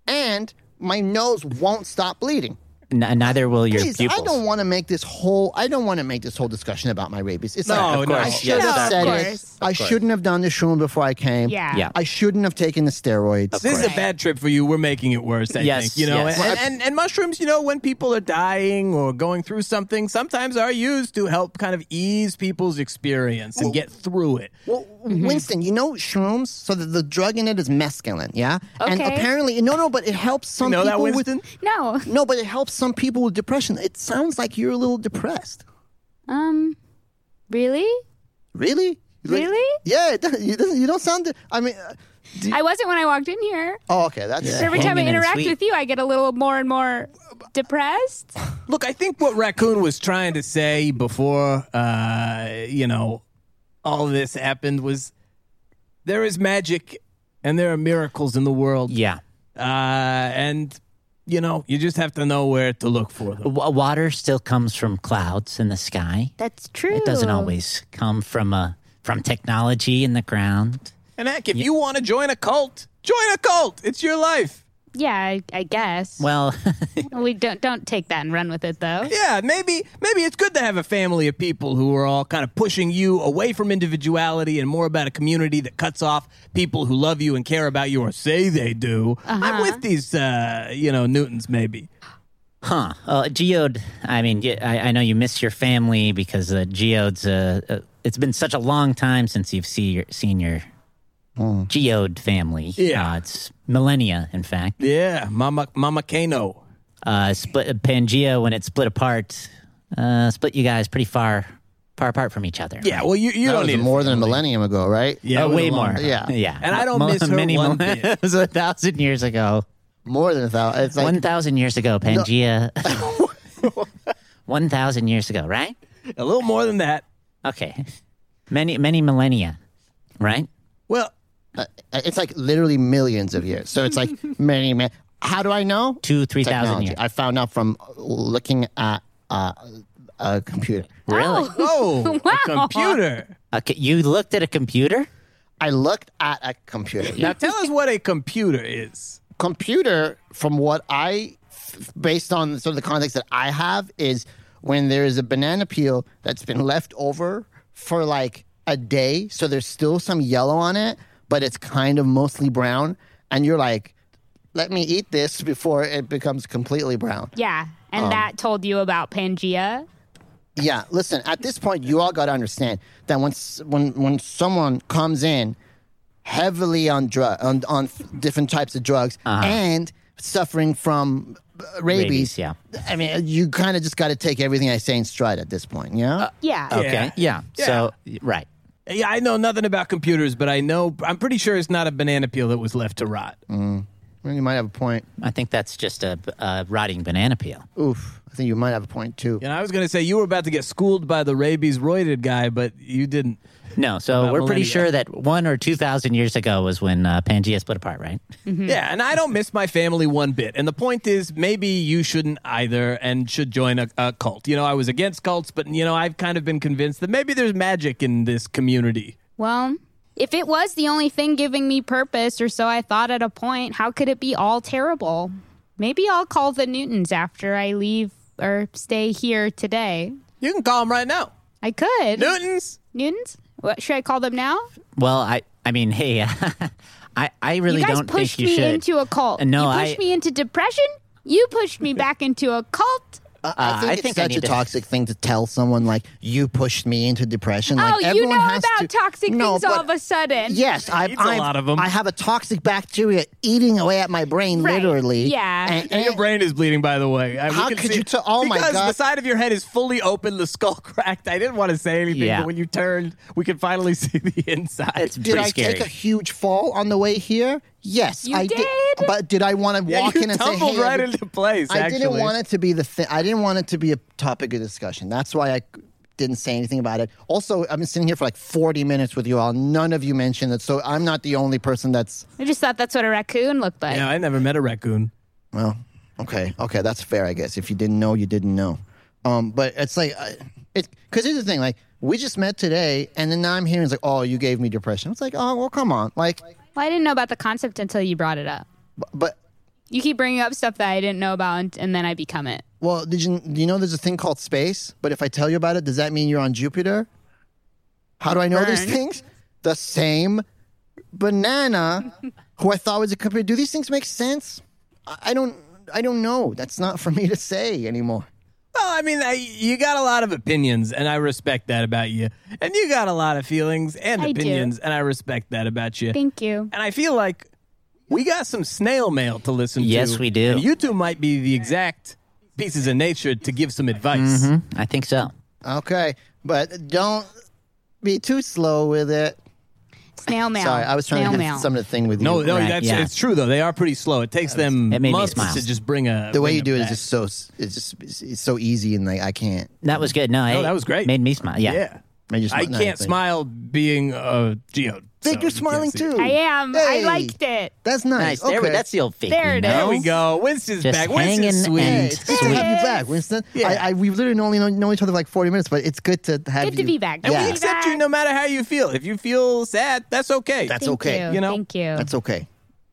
and my nose won't stop bleeding. n- neither will your Please, pupils? I don't want to make this whole. I don't want to make this whole discussion about my rabies. It's No, like, of course. I Yes, should of have said it. course. I shouldn't have done the shroom before I came. Yeah. Yeah. I shouldn't have taken the steroids. This is a Right. bad trip for you. We're making it worse, I Yes, think. You know, yes. and, and and mushrooms, you know, when people are dying or going through something, sometimes are used to help kind of ease people's experience and get through it. Well, Mm-hmm. Winston, you know shrooms, so the, the drug in it is mescaline, yeah. And Okay. apparently, no, no, but it helps some know that, people with. Winston? No. No, but it helps some people with depression. It sounds like you're a little depressed. Um, really? Really? Like- Really? Yeah, it doesn't, you, doesn't, you don't sound. I mean, uh, I wasn't when I walked in here. oh, okay, that's. So every time I Hanging and interact sweet. with you, I get a little more and more depressed. Look, I think what Raccoon was trying to say before, uh, you know, all this happened was there is magic and there are miracles in the world. Yeah, Uh, and, you know, you just have to know where to look for them. w- water still comes from clouds in the sky. That's true. It doesn't always come from a from technology in the ground. And heck, if you want to join a cult, join a cult. It's your life. Yeah, I, I guess. Well, we don't don't take that and run with it though. Yeah, maybe maybe it's good to have a family of people who are all kind of pushing you away from individuality and more about a community that cuts off people who love you and care about you or say they do. I'm with these, uh, you know, Newtons maybe. Huh. Well, geode. I mean, y- I, I know you miss your family because uh, geode's. Uh, uh, it's been such a long time since you've see your, seen your Hmm. geode family. Yeah. Uh, it's millennia, in fact. Yeah, Mama Mama Kano. Uh, split Pangea when it split apart, uh, split you guys pretty far, far apart from each other. Yeah, well, you you that don't was need more than a millennium ago, right? Yeah, Uh, it was way a long more. time. Yeah. yeah. And I don't Mo- miss her many one mo- bit. it was a thousand years ago. More than a thousand. It's like one thousand years ago, Pangea. one thousand years ago, right? a little more than that. Okay. Many many millennia, right? Well, uh, it's like literally millions of years. So it's like many, many. How do I know? Two, three thousand Technology. years. I found out from looking at uh, a computer. Really? oh, a computer. Okay, you looked at a computer? I looked at a computer. Now Now, tell us what a computer is. computer, from what I, f- based on sort of the context that I have, is when there is a banana peel that's been left over for like a day, so there's still some yellow on it, but it's kind of mostly brown, and you're like, "Let me eat this before it becomes completely brown." Yeah, and um, that told you about Pangea. Yeah, listen. At this point, you all got to understand that when s- when when someone comes in heavily on drug on, on f- different types of drugs Uh-huh. and suffering from uh, Rabies, rabies, yeah. I mean, you kind of just got to take everything I say in stride at this point. Yeah. Yeah. Okay. Yeah. So right. Yeah, I know nothing about computers, but I know I'm pretty sure it's not a banana peel that was left to rot. Well, You might have a point. I think that's just a, a rotting banana peel. Oof. I think you might have a point too. And I was going to say you were about to get schooled by the rabies roided guy, but you didn't. No, so About we're pretty millennia. sure that one or two thousand years ago was when uh, Pangea split apart, right? Yeah, and I don't miss my family one bit. And the point is, maybe you shouldn't either and should join a, a cult. You know, I was against cults, but, you know, I've kind of been convinced that maybe there's magic in this community. Well, if it was the only thing giving me purpose, or so I thought at a point, how could it be all terrible? Maybe I'll call the Newtons after I leave or stay here today. You can call them right now. I could. Newtons. Newtons? What, should I call them now? Well, I, I mean, hey, I, I really you guys don't pushed think you me should. into a cult. Uh, no, you pushed I- me into depression. You pushed me back into a cult. uh, I think I it's think I such need a to- toxic thing to tell someone like you pushed me into depression. Like oh, you everyone know has about to- toxic No, things but- all of a sudden. Yes, I've, Eats a I've lot of 'em. I have a toxic bacteria eating away at my brain, Right. literally. Yeah. And, And your brain is bleeding, by the way. I, we How can could see- you tell- oh my because God. the side of your head is fully open, the skull cracked. I didn't want to say anything, Yeah. but when you turned, we could finally see the inside. It's did pretty I scary. take a huge fall on the way here? Yes, You I did? But did I want to yeah, walk you in and say, tumbled "Hey"? right every- into place. I didn't actually. want it to be the thing. I didn't want it to be a topic of discussion. That's why I didn't say anything about it. Also, I've been sitting here for like 40 minutes with you all. None of you mentioned it, so I'm not the only person that's I just thought that's what a raccoon looked like. Yeah, I never met a raccoon. Well, okay, okay, that's fair, I guess. If you didn't know, you didn't know. Um, but it's like, uh, it because here's the thing, like we just met today, and then now I'm hearing it's like, oh, you gave me depression. It's like, oh, well, come on, like, Well, I didn't know about the concept until you brought it up. bu- but You keep bringing up stuff that I didn't know about, and, and then I become it. well, did you do you know there's a thing called space? But if I tell you about it, does that mean you're on Jupiter? How do I know these Burn. things? The same banana, who I thought was a computer. Do these things make sense? I, I don't, I don't know. That's not for me to say anymore. Well, I mean, I, you got a lot of opinions, and I respect that about you. And you got a lot of feelings and I do. opinions, and I respect that about you. Thank you. And I feel like we got some snail mail to listen to. Yes, we do. And you two might be the exact pieces of nature to give some advice. Hmm, I think so. Okay, but don't be too slow with it. Snail mail. Sorry, I was trying Snail to mail. have some of the thing with No, you. no, Right, that's yeah. it's true though. They are pretty slow. It takes them It made me months smile. to just bring a. the way bring you do it back. is just so it's just it's it's so easy and like I can't. That was good. No, hey, that was great. Made me smile. Yeah. yeah. I, just I no, can't but- smile being a geode. Think so you're you can't smiling see. too. I am. Hey, I liked it. That's Nice. nice. There, we- Okay. that's the old fake. There we it know. is. There we go. Winston's Just back. Winston's hanging sweet. Hey, and- it's good to have you back, Winston. Yeah. I, I, we've literally only known, known each other for like 40 minutes, but it's good to have Good you. to be back. And Good we to be accept you back. no matter how you feel. If you feel sad, that's okay. That's Thank okay. You, You know? Thank you. That's okay.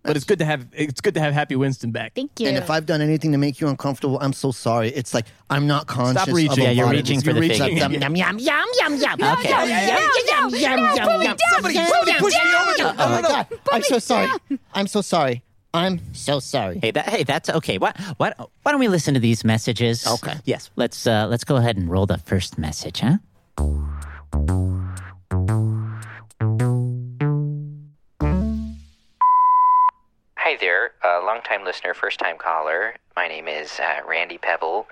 but it's good to have it's good to have Happy Winston back. Thank you. And if I've done anything to make you uncomfortable, I'm so sorry. It's like I'm not conscious. Of reaching. a Yeah, you're body. reaching for You're the reaching. fake. Yum, yum, yum, yum, yum, yum. Okay. Yum, yum, No, no, yum, yum, no, yum, put me yum. down, Somebody, put me somebody down. push me over No, the- Oh my no, God. I'm so sorry. I'm so sorry. I'm so sorry. Hey, that, hey, that's okay. Why, why, why don't we listen to these messages? Okay. Yes. Let's uh, let's go ahead and roll the first message, huh? Hi there, uh, longtime listener, first time caller. My name is uh, Randy Pebble.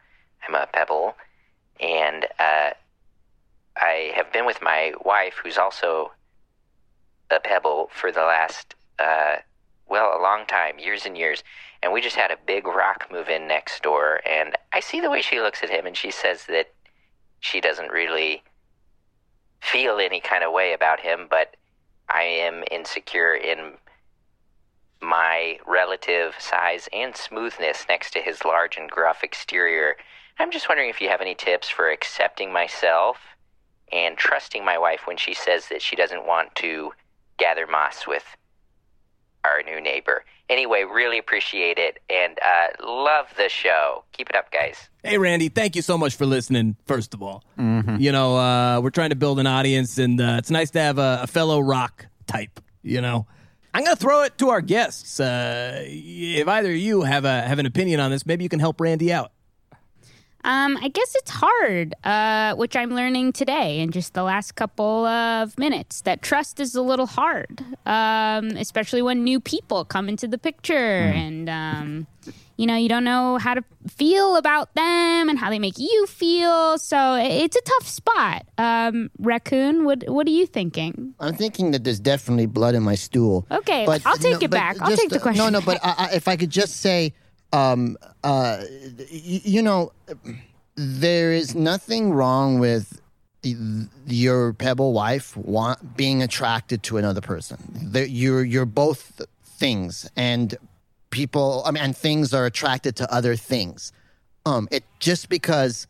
I'm a Pebble, and uh, I have been with my wife, who's also a Pebble, for the last, uh, well, a long time, years and years. And we just had a big rock move in next door, and I see the way she looks at him, and she says that she doesn't really feel any kind of way about him, but I am insecure in my relative size and smoothness next to his large and gruff exterior. I'm just wondering if you have any tips for accepting myself and trusting my wife when she says that she doesn't want to gather moss with our new neighbor. Anyway, really appreciate it and uh, love the show. Keep it up, guys. Hey Randy, thank you so much for listening. First of all, you know uh, we're trying to build an audience, and uh, it's nice to have a, a fellow rock type. You know, I'm gonna throw it to our guests. Uh, if either of you have a have an opinion on this, maybe you can help Randy out. Um, I guess it's hard, uh, which I'm learning today in just the last couple of minutes. That trust is a little Hmm. hard, um, especially when new people come into the picture, and um, you know, you don't know how to feel about them and how they make you feel. So i- it's a tough spot. Um, Raccoon, what what are you thinking? I'm thinking that there's definitely blood in my stool. Okay, I'll take it but back. I'll take the question No, no, but I, I, if I could just say, um, uh, y- you know, there is nothing wrong with your pebble wife want, being attracted to another person. That You're you're both things, and people, I mean, and things are attracted to other things. Um, it just because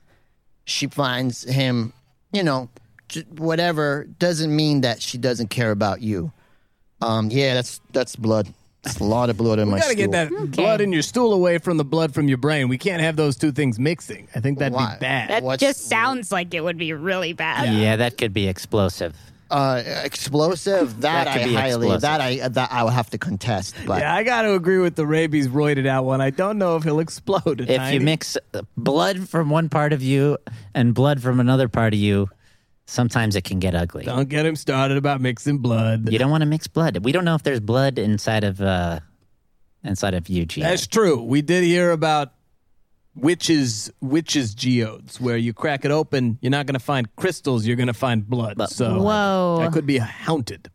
she finds him, you know, j- whatever, doesn't mean that she doesn't care about you. Um, yeah, that's that's blood. That's a lot of blood in my You gotta stool. get that blood in your stool away from the blood from your brain. We can't have those two things mixing. I think that'd Why? be bad. That What's- just sounds like it would be really bad. Yeah, that could be explosive. uh, explosive. That, That could I be highly explosive. that I that I would have to contest. But Yeah, I got to agree with the rabies roided out one. I don't know if he'll explode. a If tiny- you mix uh, blood from one part of you and blood from another part of you, sometimes it can get ugly. don't get him started about mixing blood. You don't want to mix blood. We don't know if there's blood inside of uh, inside of Eugene. That's true. We did hear about witches, witches geodes, where you crack it open, you're not going to find crystals, you're going to find blood. so Whoa. that could be haunted.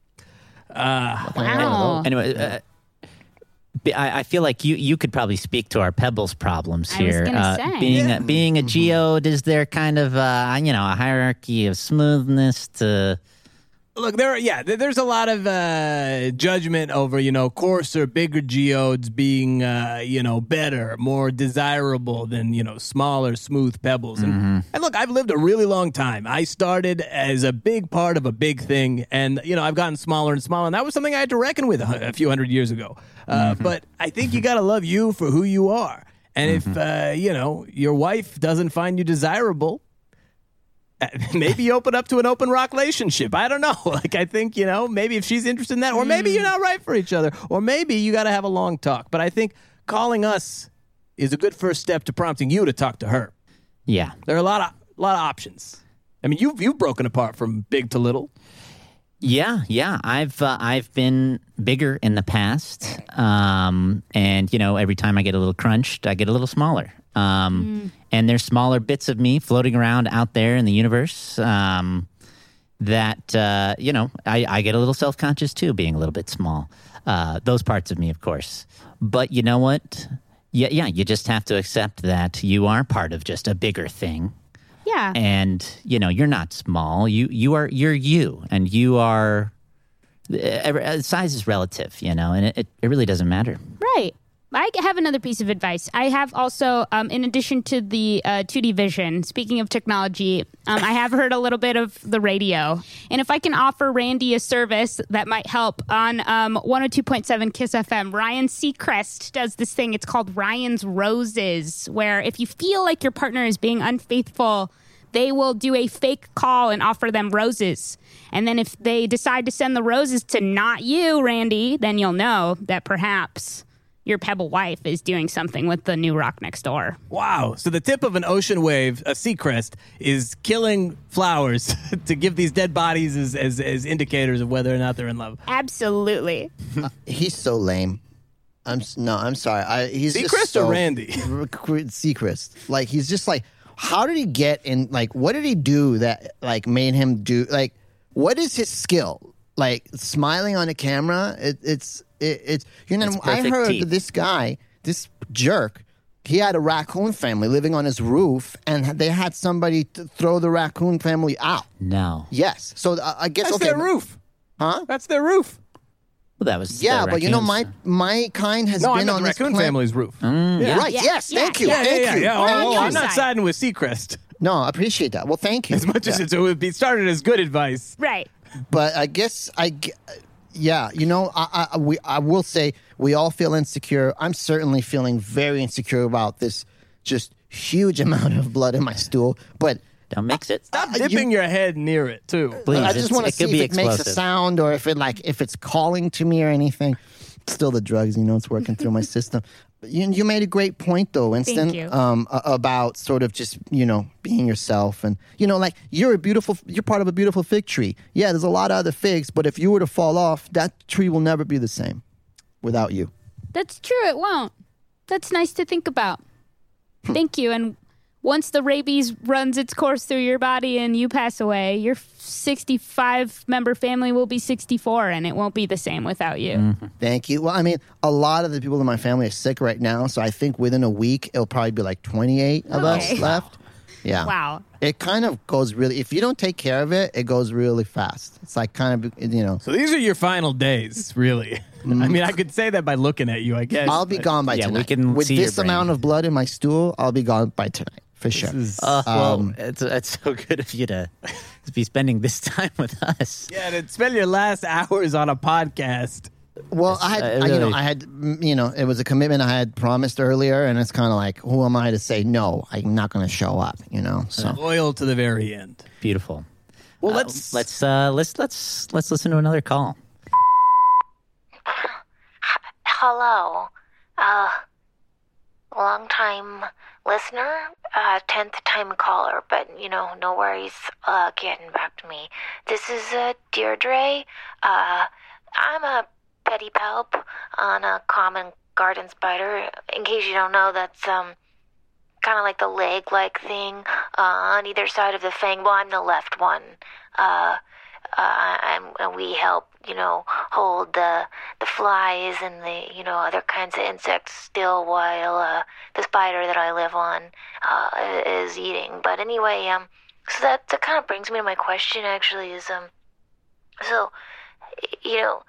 Wow. Anyway, uh, b- I, I feel like you you could probably speak to our pebbles problems I was here. gonna uh, say. being a, being a geode, is there kind of uh, you know a hierarchy of smoothness to? Look, there are, yeah, there- there's a lot of uh, judgment over, you know, coarser, bigger geodes being, uh, you know, better, more desirable than, you know, smaller, smooth pebbles. And, and look, I've lived a really long time. I started as a big part of a big thing, and, you know, I've gotten smaller and smaller. And that was something I had to reckon with a, hun- a few hundred years ago. Uh, But I think you got to love you for who you are. And if, uh, you know, your wife doesn't find you desirable, maybe you open up to an open rock relationship. I don't know. Like I think you know, maybe if she's interested in that, or maybe you're not right for each other, or maybe you got to have a long talk. But I think calling us is a good first step to prompting you to talk to her. Yeah, There are a lot of lot of options. I mean, you've you've broken apart from big to little. Yeah, yeah. I've uh, I've been bigger in the past, um, and you know, every time I get a little crunched, I get a little smaller. Um, And there's smaller bits of me floating around out there in the universe. Um, that uh, you know, I, I get a little self conscious too, being a little bit small. Uh, those parts of me, of course. But you know what? Yeah, yeah. You just have to accept that you are part of just a bigger thing Yeah. and you know you're not small you you are you're you and you are every- uh, size is relative you know and it, it, it really doesn't matter Right. I have another piece of advice. I have also, um, in addition to the uh, 2D vision, speaking of technology, um, I have heard a little bit of the radio. And if I can offer Randy a service that might help on um, 102.7 Kiss FM, Ryan Seacrest does this thing. It's called Ryan's Roses, where if you feel like your partner is being unfaithful, they will do a fake call and offer them roses. And then if they decide to send the roses to not you, Randy, then you'll know that perhaps your pebble wife is doing something with the new rock next door. Wow. So the tip of an ocean wave, a sea crest, is killing flowers to give these dead bodies as, as, as indicators of whether or not they're in love. Absolutely. he's so lame. I'm s- no, I'm sorry. I, he's just Seacrest or so- Randy? R- Qu- Seacrest. Like he's just like, how did he get in? Like, what did he do that like made him do? Like, what is his skill? Like smiling on a camera. It, it's it, it's you know. It's I perfect heard teeth. that this guy, this jerk. He had a raccoon family living on his roof, and they had somebody to throw the raccoon family out. no Yes, so uh, I guess That's okay, their roof. huh? That's their roof. well that was Yeah, the but you know, my raccoons. my kind has No, I been meant on the this Hmm. raccoon planet- family's roof. Right. Yeah, Yes. yeah, Thank yeah. you. Yeah, thank yeah, you. yeah. We're Oh, on oh, your I'm not side. siding with Seacrest No, I appreciate that. Well, thank you. as much as Yeah. it's, it would be started as good advice. Right. but I guess I, g- yeah, you know, I, I we I will say we all feel insecure. I'm certainly feeling very insecure about this just huge amount of blood in my stool, but. don't mix it Stop Uh, you- dipping your head near it too. please I It's- just want to it could see be if it makes a explosive sound or if it like if it's calling to me or anything. Still the drugs, you know, it's working through my system. But You, you made a great point though, Winston, you. Um, a- about sort of just you know being yourself and you know like you're a beautiful, you're part of a beautiful fig tree. Yeah, there's a lot of other figs, but if you were to fall off, that tree will never be the same without you. That's true. It won't. that's nice to think about. Thank you. And once the rabies runs its course through your body and you pass away, your 65 member family will be 64 and it won't be the same without you. Thank you. Well, I mean, a lot of the people in my family are sick right now, so I think within a week it'll probably be like 28 of us Okay. left. Yeah. Wow. It kind of goes really. If you don't take care of it, it goes really fast. It's like kind of you know. So these are your final days, really. I mean, I could say that by looking at you, I guess. I'll be but- gone by Yeah, we tonight. can With see your this brain. amount of blood in my stool, I'll be gone by tonight for sure. Uh, Um, well, it's, it's so good of you to, to be spending this time with us. Yeah, to spend your last hours on a podcast. Well, I had, I I- you know, uh, really- I had, mm, you know, it was a commitment I had promised earlier, and it's kind of like, who am I to say no? I'm not going to show up, you know. So Loyal to the very end. Um, Beautiful. Well, Uh, let's let's let's uh, let's let's let's listen to another call. Hello. Uh, long time listener, uh, 10th time caller, but you know, no worries, uh, getting back to me. This is, uh, Deirdre. Uh, I'm a petty palp on a common garden spider. In case you don't know, that's, um, kind of like the leg like thing uh, on either side of the fang. Well, I'm the left one. Uh, uh, I'm, and we help, you know, hold the the flies and the you know other kinds of insects still while uh, the spider that I live on uh, is eating. But anyway, um, so that that kind of brings me to my question. Actually, is um, so you know,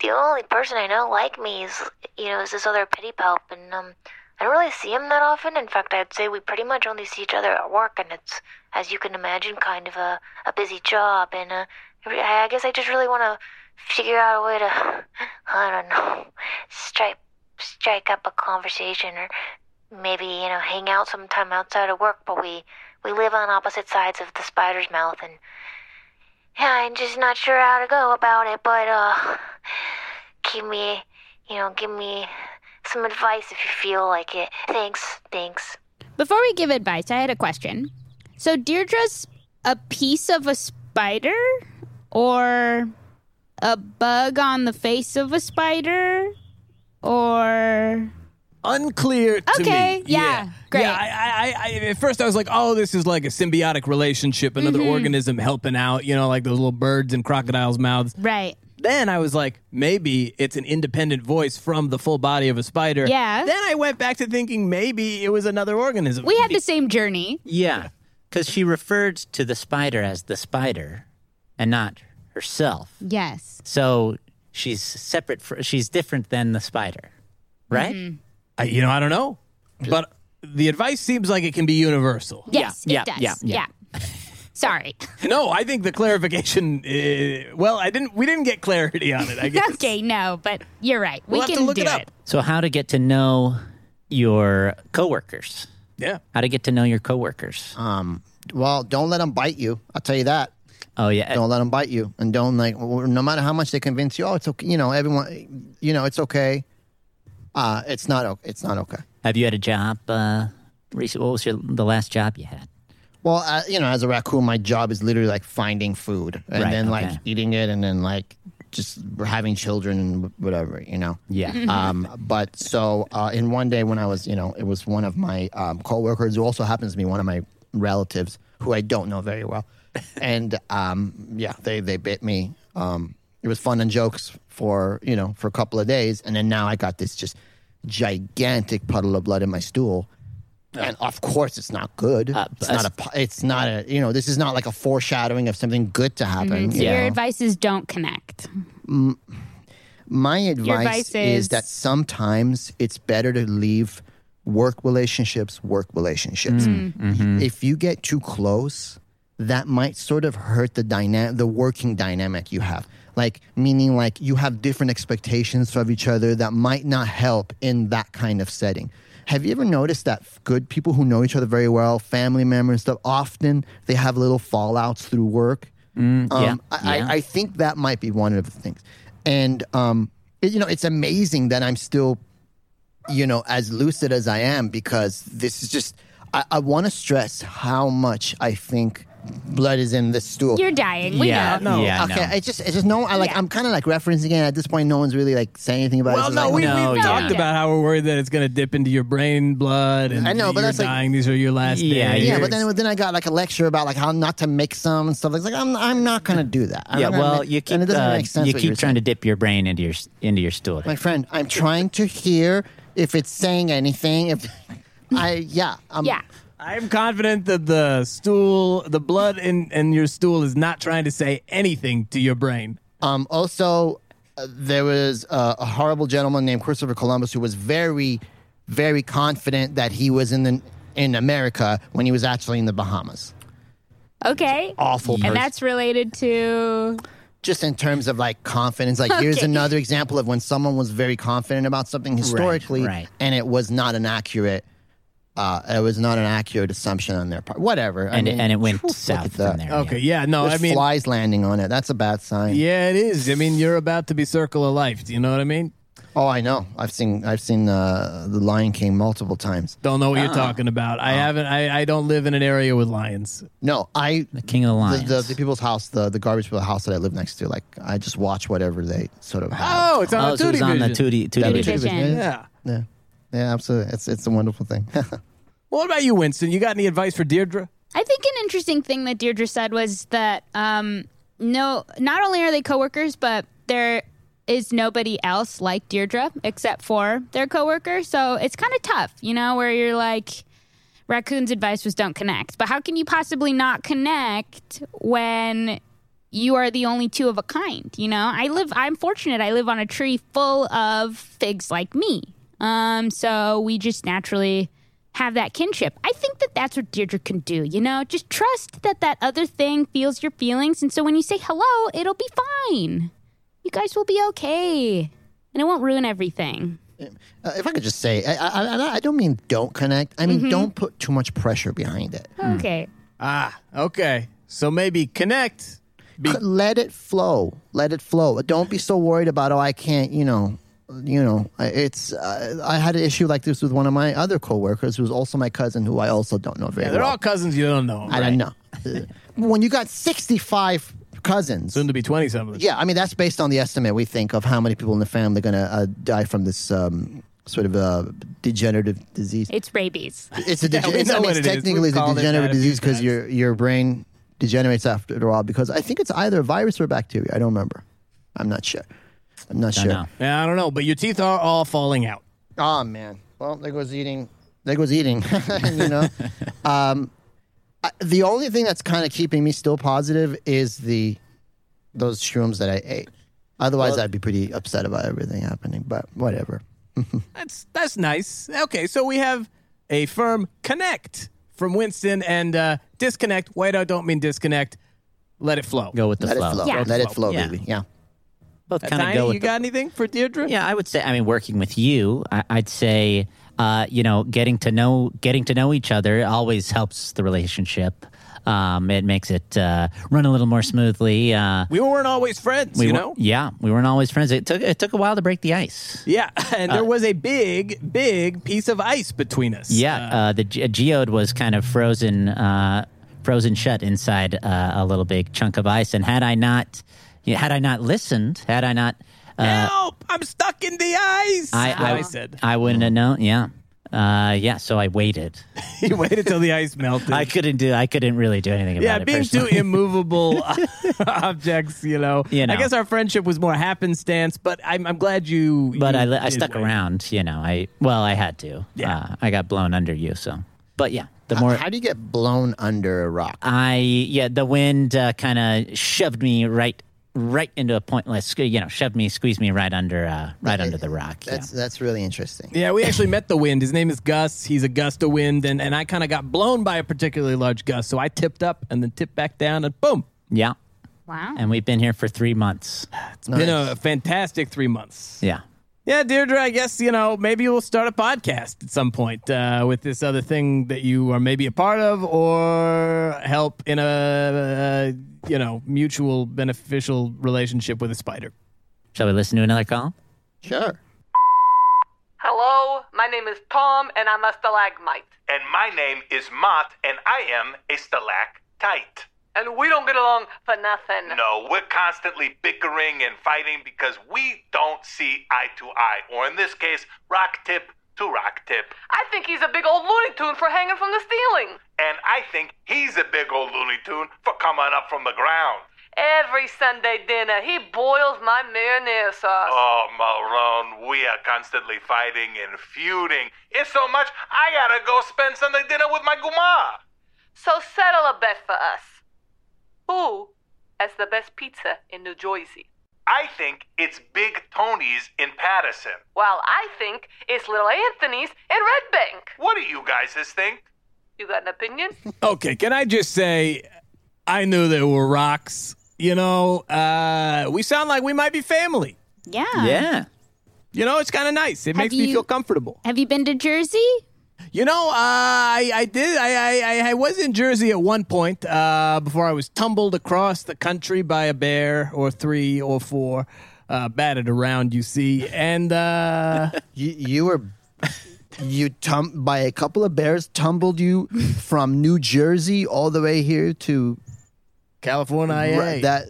the only person I know like me is, you know, is this other pity pulp, and um, I don't really see him that often. In fact, I'd say we pretty much only see each other at work, and it's, as you can imagine, kind of a, a busy job. And uh, I I guess I just really want to figure out a way to, I don't know, strike strike up a conversation, or maybe you know, hang out sometime outside of work. But we we live on opposite sides of the spider's mouth, and yeah, I'm just not sure how to go about it, but uh, give me, you know, give me some advice if you feel like it. Thanks, thanks. Before we give advice, I had a question. So Deirdre's a piece of a spider or a bug on the face of a spider or unclear to me. Okay, yeah, great. Yeah, I, I, I, at first I was like, oh, this is like a symbiotic relationship, another Mm-hmm. organism helping out, you know, like those little birds and crocodiles' mouths. right. Then I was like, maybe it's an independent voice from the full body of a spider. Yeah. Then I went back to thinking maybe it was another organism. We had the same journey. Yeah, because she referred to the spider as the spider, and not herself. Yes. So she's separate. Fr- she's different than the spider, right? I, you know, I don't know, but the advice seems like it can be universal. Yes, Yeah, it does. yeah, yeah, yeah. Sorry. No, I think the clarification. Uh, well, I didn't. We didn't get clarity on it. I guess. okay, no, but you're right. We We'll have can to look do it up. So how to get to know your coworkers? Yeah. How to get to know your coworkers? um, well, don't let them bite you. I'll tell you that. Oh yeah, Don't let them bite you, and don't like no matter how much they convince you. Oh, it's okay. You know, everyone. You know, it's okay. Uh, it's not. o- It's not okay. Have you had a job? Uh, recent, what was your the last job you had? Well, uh, you know, as a raccoon, my job is literally like finding food and Right, then okay. like eating it, and then like just having children and wh- whatever. You know. Yeah. um, but so uh, in one day when I was, you know, it was one of my um, coworkers who also happens to be one of my relatives who I don't know very well, and um, yeah, they they bit me. Um, it was fun and jokes for you know for a couple of days, and then now I got this just gigantic puddle of blood in my stool. And of course, it's not good. it's as- not a. pu- It's not a. You know, this is not like a foreshadowing of something good to happen. So you your know? advice is don't connect. my advice, advice is, is- that sometimes it's better to leave work relationships work relationships Mm. if you get too close that might sort of hurt the dynamic the working dynamic you have like meaning like you have different expectations of each other that might not help in that kind of setting have you ever noticed that f- good people who know each other very well family members stuff often they have little fallouts through work yeah, um, I, yeah. I, I think that might be one of the things. And, um, it- you know, it's amazing that I'm still, you know, as lucid as I am because this is just, I, I want to stress how much I think blood is in the stool. You're dying. We yeah, know. yeah, okay, no. it's just it's just no. I like Yeah. I'm kind of like referencing it at this point. No one's really like saying anything about Well, it. It's no, like, we, No, we've yeah. talked about how we're worried that it's going to dip into your brain blood and I know, but you're that's like- dying. These are your last Yeah, days. yeah, but then then I got like a lecture about like how not to mix them and stuff. It's like I'm I'm not gonna do that. I'm yeah, not gonna well, mix- you keep and it doesn't uh, make sense. you what keep were trying saying. to dip your brain into your s- into your stool. My friend, I'm trying to hear if it's saying anything. If I yeah, um, i Yeah. I'm confident that the stool, the blood in, in your stool is not trying to say anything to your brain. Um, also, uh, there was uh, a horrible gentleman named Christopher Columbus who was very, very confident that he was in the in America when he was actually in the Bahamas. Okay. Awful person. And that's related to just in terms of like confidence. Like here's Okay. another example of when someone was very confident about something historically, right. and it was not an accurate. Uh, it was not an accurate assumption on their part. Whatever, I and, mean, and it went phew, look at south that. from there. Okay, yeah, no, There's I mean, flies landing on it. That's a bad sign. yeah, it is. I mean, you're about to be circle of life. Do you know what I mean? Oh, I know. I've seen. I've seen uh, the Lion King multiple times. Don't know what you're Uh-huh. talking about. I haven't. I, I don't live in an area with lions. No, I The King of the the, Lions. the, the people's house, the the garbage people house that I live next to. Like I just watch whatever they sort of have. Oh, it's on oh, a so it was on the 2D. Tootie Tootie Tootie Vision. Vision. Yeah. Yeah, yeah, absolutely. It's it's a wonderful thing. Well, what about you, Winston? You got any advice for Deirdre? I think an interesting thing that Deirdre said was that um, no, not only are they coworkers, but there is nobody else like Deirdre except for their coworker. So it's kind of tough, you know, where you're like, Raccoon's advice was don't connect. But how can you possibly not connect when you are the only two of a kind? You know, I live, I'm fortunate. I live on a tree full of figs like me. Um, so we just naturally have that kinship. I think that that's what Deirdre can do. You know, just trust that that other thing feels your feelings. And so when you say hello, it'll be fine. You guys will be okay. And it won't ruin everything. Uh, if I could just say, I, I, I, I don't mean don't connect. I Mm-hmm. mean don't put too much pressure behind it. Hmm. Okay. Ah, okay. So maybe connect. Be- C- Let it flow. Let it flow. Don't be so worried about oh I can't. You know, you know. I- It's uh, I had an issue like this with one of my other coworkers who's also my cousin who I also don't know very they're well. all cousins. You don't know. 'em, I right? don't know. Uh, when you got sixty five cousins. Soon to be twenty something. Yeah, I mean that's based on the estimate we think of how many people in the family are going to uh, die from this um, sort of uh, degenerative disease. It's rabies. It's a dege- we it's, I know mean, what it's it is. technically We've it's a called it that degenerative a few disease because times. your your brain degenerates after a while. Because I think it's either a virus or a bacteria. I don't remember. I'm not sure. I'm not sure. know. Yeah, I don't know. But your teeth are all falling out. Oh man. Well, there goes eating. There goes eating. you know. um, I, the only thing that's kind of keeping me still positive is the those shrooms that I ate. Otherwise, I'd be pretty upset about everything happening. But whatever. That's that's nice. Okay, so we have a firm connect from Winston and uh, disconnect. Wait, I don't mean disconnect. Let it flow. Go with the Let flow. it flow. Yeah. Let it flow, Yeah. baby. Yeah. Both Uh, kind of Tiny, go you with the got anything for Deirdre? Yeah, I would say. I mean, working with you, I, I'd say, uh, you know, getting to know getting to know each other always helps the relationship. Um, it makes it uh, run a little more smoothly. Uh, We weren't always friends, we you were- know. yeah, we weren't always friends. It took it took a while to break the ice. Yeah, and there was a big, big piece of ice between us. Uh, Yeah, uh, the ge- geode was kind of frozen, uh, frozen shut inside uh, a little big chunk of ice. And had I not, yeah, had I not listened, had I not, uh, Help! I'm stuck in the ice. I, That's what I said. I wouldn't have known. Yeah, uh, yeah. So I waited. you waited till the ice melted. I couldn't do. I couldn't really do anything about yeah, it. being personally. two immovable objects, you know. You I know. guess our friendship was more happenstance, but I'm, I'm glad you. but you I, li- I did stuck wait. around. You know, I well, I had to. Yeah. Uh, uh, I got blown under you. So, but yeah, the more How do you get blown under a rock? I yeah, the wind uh, kind of shoved me right right into a pointless. You know, shoved me, squeezed me right under uh, right under the rock. yeah. That's that's really interesting. Yeah, we actually met the wind. His name is Gus. He's a gust of wind, and, and I kind of got blown by a particularly large gust. So I tipped up and then tipped back down, and boom. Yeah. Wow. And we've been here for three months. It's been a fantastic three months. Yeah. Yeah, Deirdre, I guess, you know, maybe we'll start a podcast at some point uh, with this other thing that you are maybe a part of or help in a, uh, you know, mutual beneficial relationship with a spider. Shall we listen to another call? Sure. Hello, my name is Tom, and I'm a stalagmite. and my name is Mott, and I am a stalactite. and we don't get along for nothing. No, we're constantly bickering and fighting because we don't see eye to eye, or in this case, rock tip to rock tip. I think he's a big old Looney Tune for hanging from the ceiling. And I think he's a big old Looney Tune for coming up from the ground. Every Sunday dinner, he boils my marinara sauce. Oh, Marone, we are constantly fighting and feuding. It's so much, I gotta go spend Sunday dinner with my guma. So settle a bet for us. Who has the best pizza in New Jersey? I think it's Big Tony's in Patterson. Well, I think it's Little Anthony's in Red Bank. What do you guys think? You got an opinion? Okay, can I just say, I knew there were rocks. You know, uh, we sound like we might be family. Yeah. yeah. You know, it's kind of nice. It Have makes me you- feel comfortable. Have you been to Jersey? You know, uh, I, I did. I, I- I, I was in Jersey at one point uh, before I was tumbled across the country by a bear or three or four, uh, batted around, you see. And uh, You, you were you tum- by a couple of bears tumbled you from New Jersey all the way here to California, IA. Ru- that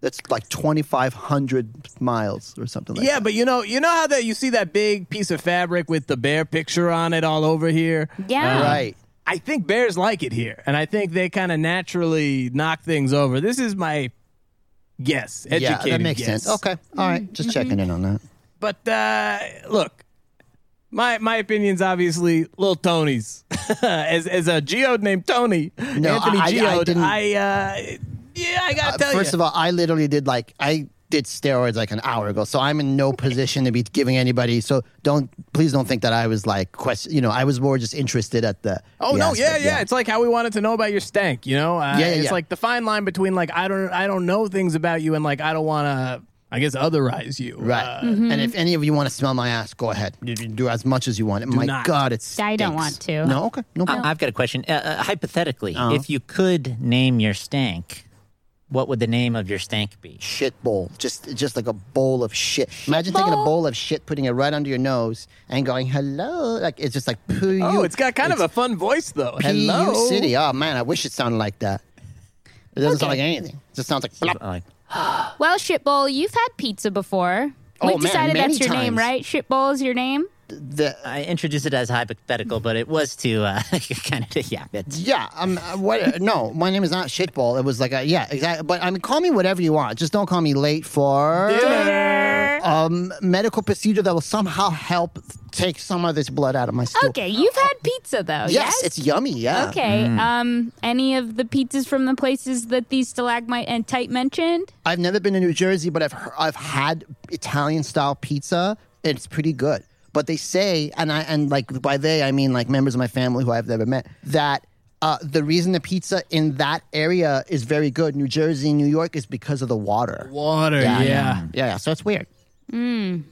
that's like 2500 miles or something like yeah, that. but you know, you know how that you see that big piece of fabric with the bear picture on it all over here. Yeah. right. I think bears like it here, and I think they kind of naturally knock things over. This is my guess. Educated Mm-hmm. yeah, that makes guess. sense. Okay. All right. Just checking in on that. But uh, look, my my opinion's obviously Lil Tony's. as as a geode named Tony, Anthony I- I Geode, didn't- I, uh, yeah, I gotta tell First you. of all, I literally did like I did steroids like an hour ago, so I'm in no position to be giving anybody. So don't please don't think that I was like question. You know, I was more just interested at the. Oh the no! Yeah, aspect, yeah, It's like how we wanted to know about your stank. You know, uh, Yeah, yeah, It's yeah. like the fine line between like I don't, I don't know things about you, and like I don't want to, I guess, otherize you. Uh, Right. Mm-hmm. And if any of you want to smell my ass, go ahead. You can Do as much as you want. My not. God, it's. I don't want to. No. Okay. No. problem. I- I've got a question. Uh, Uh, hypothetically, Uh-huh. if you could name your stank, what would the name of your stank be? shit bowl. Just just like a bowl of shit. Imagine taking a bowl of shit, putting it right under your nose, and going hello. Like it's just like poo. Oh, it's got kind of a fun voice though. Hello, PU City. Oh man, I wish it sounded like that. It doesn't sound like anything. It just sounds like. blop. Like, Well, Shitbowl, you've had pizza before. Oh, We've man, decided many that's your name, times. right? Shitbowl is your name? The, I introduced it as hypothetical, but it was to uh, kind of yeah. It's, yeah, um, uh, what? No, my name is not shitball. It was like, a, yeah, exactly. But I mean, call me whatever you want. Just don't call me late for um medical procedure that will somehow help take some of this blood out of my stool. Okay, you've had pizza though. Yes. Yes, it's yummy. Yeah. Mm. Okay. Um, any of the pizzas from the places that these stalagmite and type mentioned? I've never been to New Jersey, but I've he- I've had Italian style pizza. and It's pretty good. But they say, and I and like by they I mean like members of my family who I've never met, that uh, the reason the pizza in that area is very good, New Jersey, New York, is because of the water. water. Yeah, Yeah, yeah. So it's weird.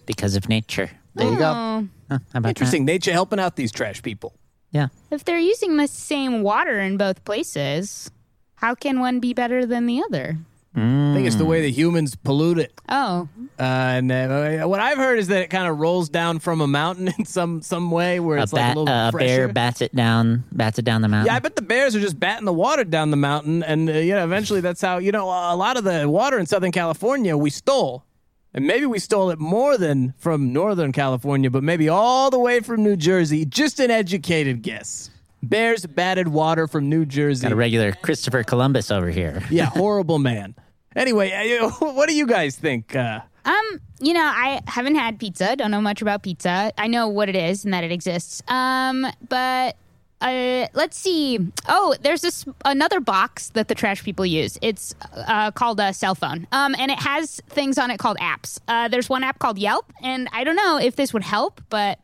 because of nature. There you go. Oh, Huh, how about interesting. Nature helping out these trash people. That? if they're using the same water in both places, how can one be better than the other? I think Hmm. it's the way that humans pollute it. Oh, Uh, and uh, what I've heard is that it kind of rolls down from a mountain in some some way where Yeah, a, it's like bat, a little a fresher. bear bats it down, bats it down the mountain. yeah, I bet the bears are just batting the water down the mountain, and uh, you know, eventually that's how you know a lot of the water in Southern California we stole, and maybe we stole it more than from Northern California, but maybe all the way from New Jersey. Just an educated guess. Bears batted water from New Jersey. Got a regular Christopher Columbus over here. yeah, horrible man. Anyway, uh, what do you guys think? Uh, Um, you know, I haven't had pizza. Don't know much about pizza. I know what it is and that it exists. Um, but uh, let's see. Oh, there's this another box that the trash people use. It's uh, called a cell phone. Um, and it has things on it called apps. Uh, there's one app called Yelp, and I don't know if this would help, but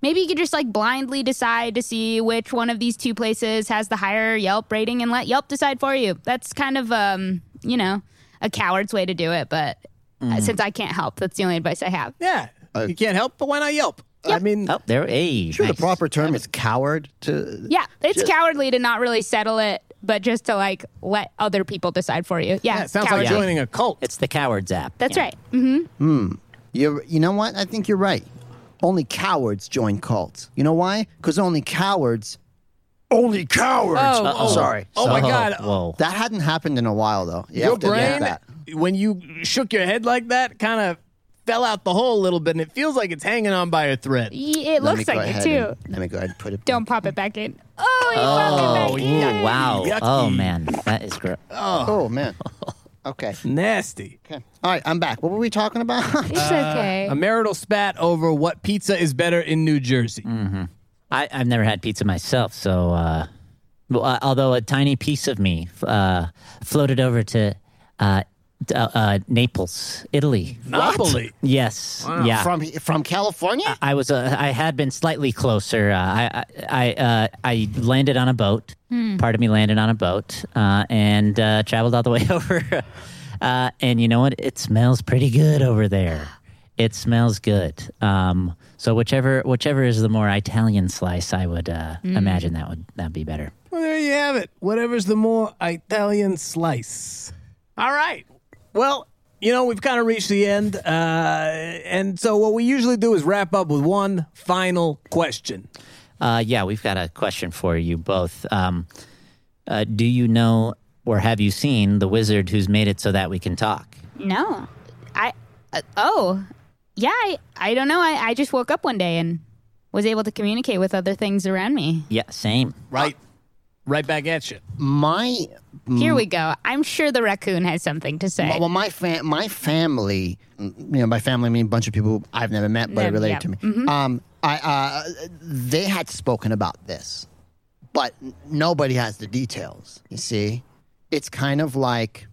maybe you could just like blindly decide to see which one of these two places has the higher Yelp rating and let Yelp decide for you. That's kind of um, you know, a coward's way to do it, but uh, since I can't help. That's the only advice I have. yeah, you can't help, but why not Yelp? I mean, Oh, there. Hey, Sure, nice. the proper term is coward. To Yeah, it's cowardly to not really settle it, but just to like let other people decide for you. Yeah, yeah, it sounds cowardly. like joining a cult. It's the cowards app. That's Yeah. right. Mhm. you, you know what? I think you're right. Only cowards join cults. You know why? Because only cowards only cowards. Oh, Uh-oh. Sorry. Oh, my So- God. Whoa. That hadn't happened in a while, though. You your have to admit brain, that. when you shook your head like that, kind of fell out the hole a little bit, and it feels like it's hanging on by a thread. Y- It Let me looks go like it ahead too. and- let me go ahead and put it. Don't pop it back in. Oh, you popped it Oh, back yeah. in. ooh, wow. Yucky. Oh, man. That is gross. Oh man. Okay. Nasty. Okay. All right. I'm back. What were we talking about? It's okay. A marital spat over what pizza is better in New Jersey. I, I've never had pizza myself, so uh, well, uh, although a tiny piece of me f- uh, floated over to uh, d- uh, uh, Naples, Italy. Napoli. Yes, yeah. From from California. I was uh, I had been slightly closer. Uh, I I I, uh, I landed on a boat. Part of me landed on a boat uh, and uh, traveled all the way over. Uh, and you know what? It smells pretty good over there. It smells good. Um, so whichever whichever is the more Italian slice, I would uh, imagine that would that be better. Well, there you have it. Whatever's the more Italian slice. All right. Well, you know, we've kind of reached the end. Uh, and so, what we usually do is wrap up with one final question. Uh, yeah, we've got a question for you both. Um, uh, do you know or have you seen the wizard who's made it so that we can talk? No, I. Uh, oh, yeah. I, I don't know. I, I just woke up one day and was able to communicate with other things around me. Yeah, same. Right. Uh, Right back at you. My Here we go. I'm sure the raccoon has something to say. Mm. well, my fam, my family. You know, by family I mean a bunch of people I've never met but Never- related yeah. Mm-hmm. to me. Um, I uh, they had spoken about this, but n- nobody has the details. You see, it's kind of like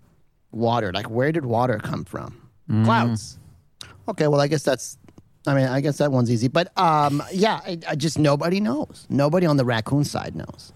water. Like, where did water come from? Clouds. Okay, well, I guess that's. I mean, I guess that one's easy. But um, yeah, I, I just nobody knows. Nobody on the raccoon side knows.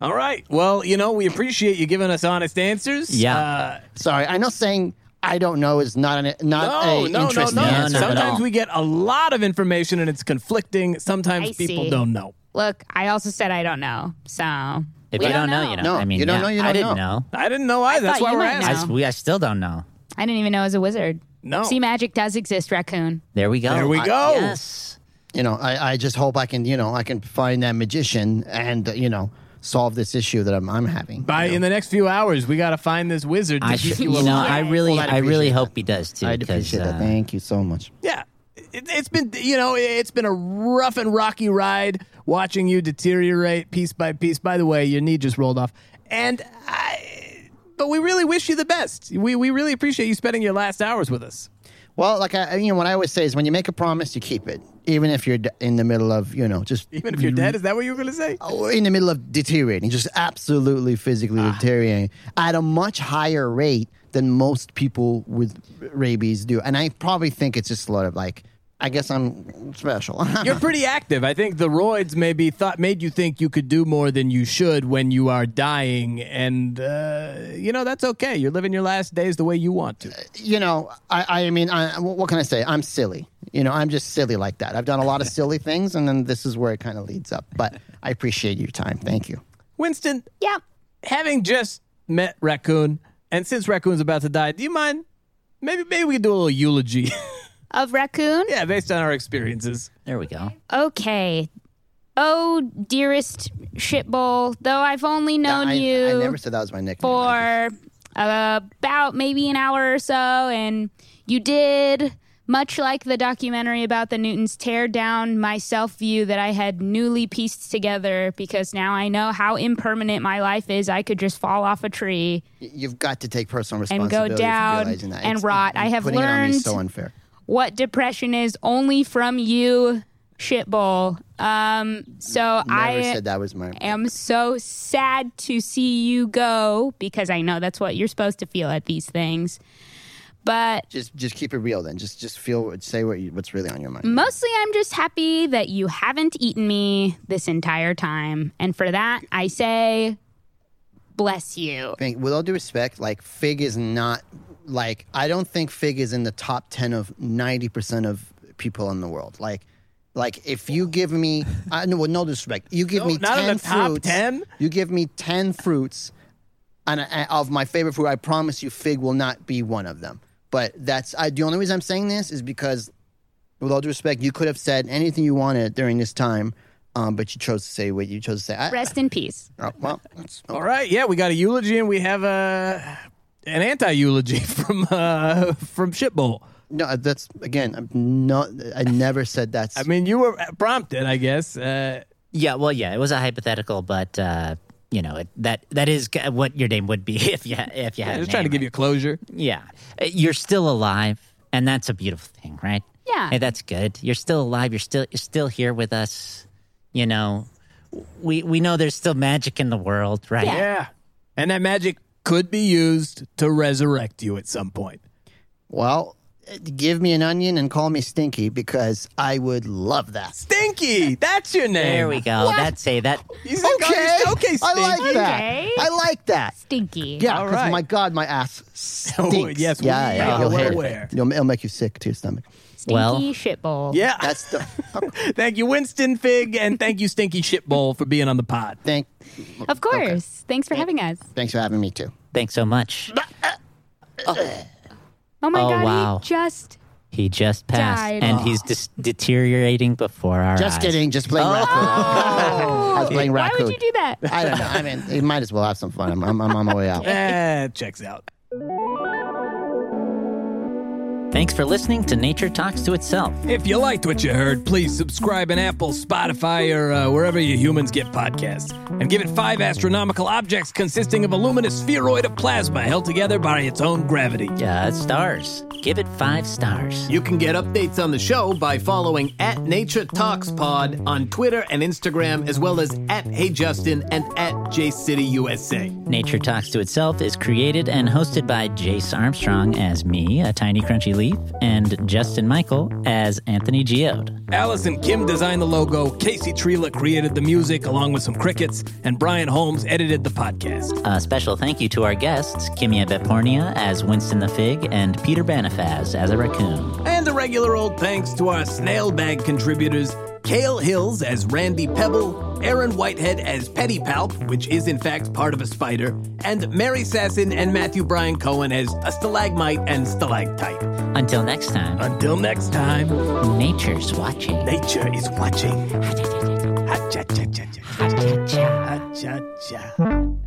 All right. Well, you know, we appreciate you giving us honest answers. Yeah. Uh, Sorry, I know saying I don't know is not an not no, no, no, a no, interesting answer at Sometimes all. we get a lot of information and it's conflicting. Sometimes I people see. don't know. Look, I also said I don't know. So If we you don't know, you don't. No, I mean, you don't yeah, know, you I don't didn't know. know. I didn't know either. That's thought why you we're might asking. know. I, s- we, I still don't know. I didn't even know I was a wizard. No. See, magic does exist, raccoon. There we go. There we I- go. yes. You know, I, I just hope I can you know I can find that magician and uh, you know solve this issue that I'm I'm having. By in the next few hours, we got to find this wizard. I to sh- get you you a know, line. I really, Well, I'd I really appreciate hope he does too. I because, appreciate that. uh, Thank you so much. Yeah. It, it's been, you know, it's been a rough and rocky ride watching you deteriorate piece by piece. By the way, your knee just rolled off. And I, but we really wish you the best. We, we really appreciate you spending your last hours with us. Well, like I you know what I always say is when you make a promise, you keep it, even if you're d- in the middle of you know just Even if you're dead, is that what you were going to say? or in the middle of deteriorating, just absolutely physically deteriorating at a much higher rate than most people with rabies do. And I probably think it's just a lot of like, I guess I'm special. You're pretty active. I think the roids maybe thought made you think you could do more than you should when you are dying, and uh, you know that's okay. You're living your last days the way you want to. you know, I, I mean, I, what can I say? I'm silly. You know, I'm just silly like that. I've done a lot of silly things, and then this is where it kind of leads up. But I appreciate your time. Thank you. Winston, Yep. having just met Raccoon, and since Raccoon's about to die, do you mind? Maybe maybe we could do a little eulogy. Of raccoon? yeah, based on our experiences. there we go. Okay. Oh, dearest shitbowl, though I've only known I, you I never said that was my nickname. for uh, about maybe an hour or so, and you did, much like the documentary about the Newtons, tear down my self view that I had newly pieced together because now I know how impermanent my life is. I could just fall off a tree. You've got to take personal And go responsibility for down realizing that. and rot. I have putting it on me is learned- so unfair. What depression is only from you, shitbowl. Um, so Never I said that was my. am so sad to see you go because I know that's what you're supposed to feel at these things. But just just keep it real then. Just just feel say what you, what's really on your mind. mostly I'm just happy that you haven't eaten me this entire time. And for that, I say, bless you. I think, with all due respect, like Fig is not like I don't think Fig is in the top ten of ninety percent of people in the world. Like like if you give me I no with no disrespect, you give No, me not in ten the top fruits, 10? You give me ten fruits, and I, of my favorite fruit, I promise you, Fig will not be one of them. But that's I, the only reason I'm saying this is because with all due respect, you could have said anything you wanted during this time Um, but you chose to say what you chose to say. I, Rest in peace. oh, well, that's, All right, yeah, we got a eulogy and we have uh, an anti eulogy from uh, from Shipbowl. no, that's again. I'm not. I never said that's. I mean, you were prompted, I guess. Uh, Yeah, well, yeah, it was a hypothetical, but uh, you know it, that that is ca- what your name would be if you if you had. I was a trying to name, give you closure. right? Yeah, Uh, you're still alive, and that's a beautiful thing, right? Yeah. Hey, that's good. You're still alive. You're still you're still here with us. You know, we we know there's still magic in the world, right? Yeah. And that magic could be used to resurrect you at some point. well, give me an onion and call me stinky because I would love that. Stinky, that's your name. There we go. That's a that. You said- Okay, okay, I Stinky. like that. Okay. I like that. Stinky. Yeah, All right. because Oh, my God, my ass stinks. yes, we yeah, yeah, are you'll hate it. aware. You'll- it'll make you sick to your stomach. Stinky Well- shit bowl. Yeah. That's the thank you, Winston Fig, and thank you, Stinky Shitbowl, for being on the pod. thank. Of course. Thanks for having us. Thanks for having me too. Thanks so much. Oh my Oh, god, wow. he just He just passed, Died. and he's just deteriorating before our Just eyes. kidding. Just playing Oh. raccoon. I was playing Why raccoon. would you do that? I don't know. I mean, you might as well have some fun. I'm, I'm, I'm on my way out. Eh, checks out. Thanks for listening to Nature Talks to Itself. If you liked what you heard, please subscribe in Apple, Spotify, or uh, wherever you humans get podcasts. And give it five astronomical objects consisting of a luminous spheroid of plasma held together by its own gravity. Uh, stars. Give it five stars. You can get updates on the show by following at Nature Talks Pod on Twitter and Instagram, as well as at Hey Justin and at JCityUSA. Nature Talks to Itself is created and hosted by Jace Armstrong as me, a tiny crunchy leaf, and Justin Michael as Anthony Geode. Alice and Kim designed the logo, Casey Trela created the music along with some crickets, and Brian Holmes edited the podcast. A special thank you to our guests, Kimia Betpornia as Winston the Fig and Peter Banifaz as a raccoon. And a regular old thanks to our snail bag contributors Cale Hills as Randy Pebble, Aaron Whitehead as Petty Palp, which is in fact part of a spider, and Mary Sasson and Matthew Brian Cohen as a stalagmite and stalactite. Until next time, Until next time, nature's watching. nature is watching. Ha-cha-cha-cha-cha. Ha-cha-cha. Ha-cha-cha.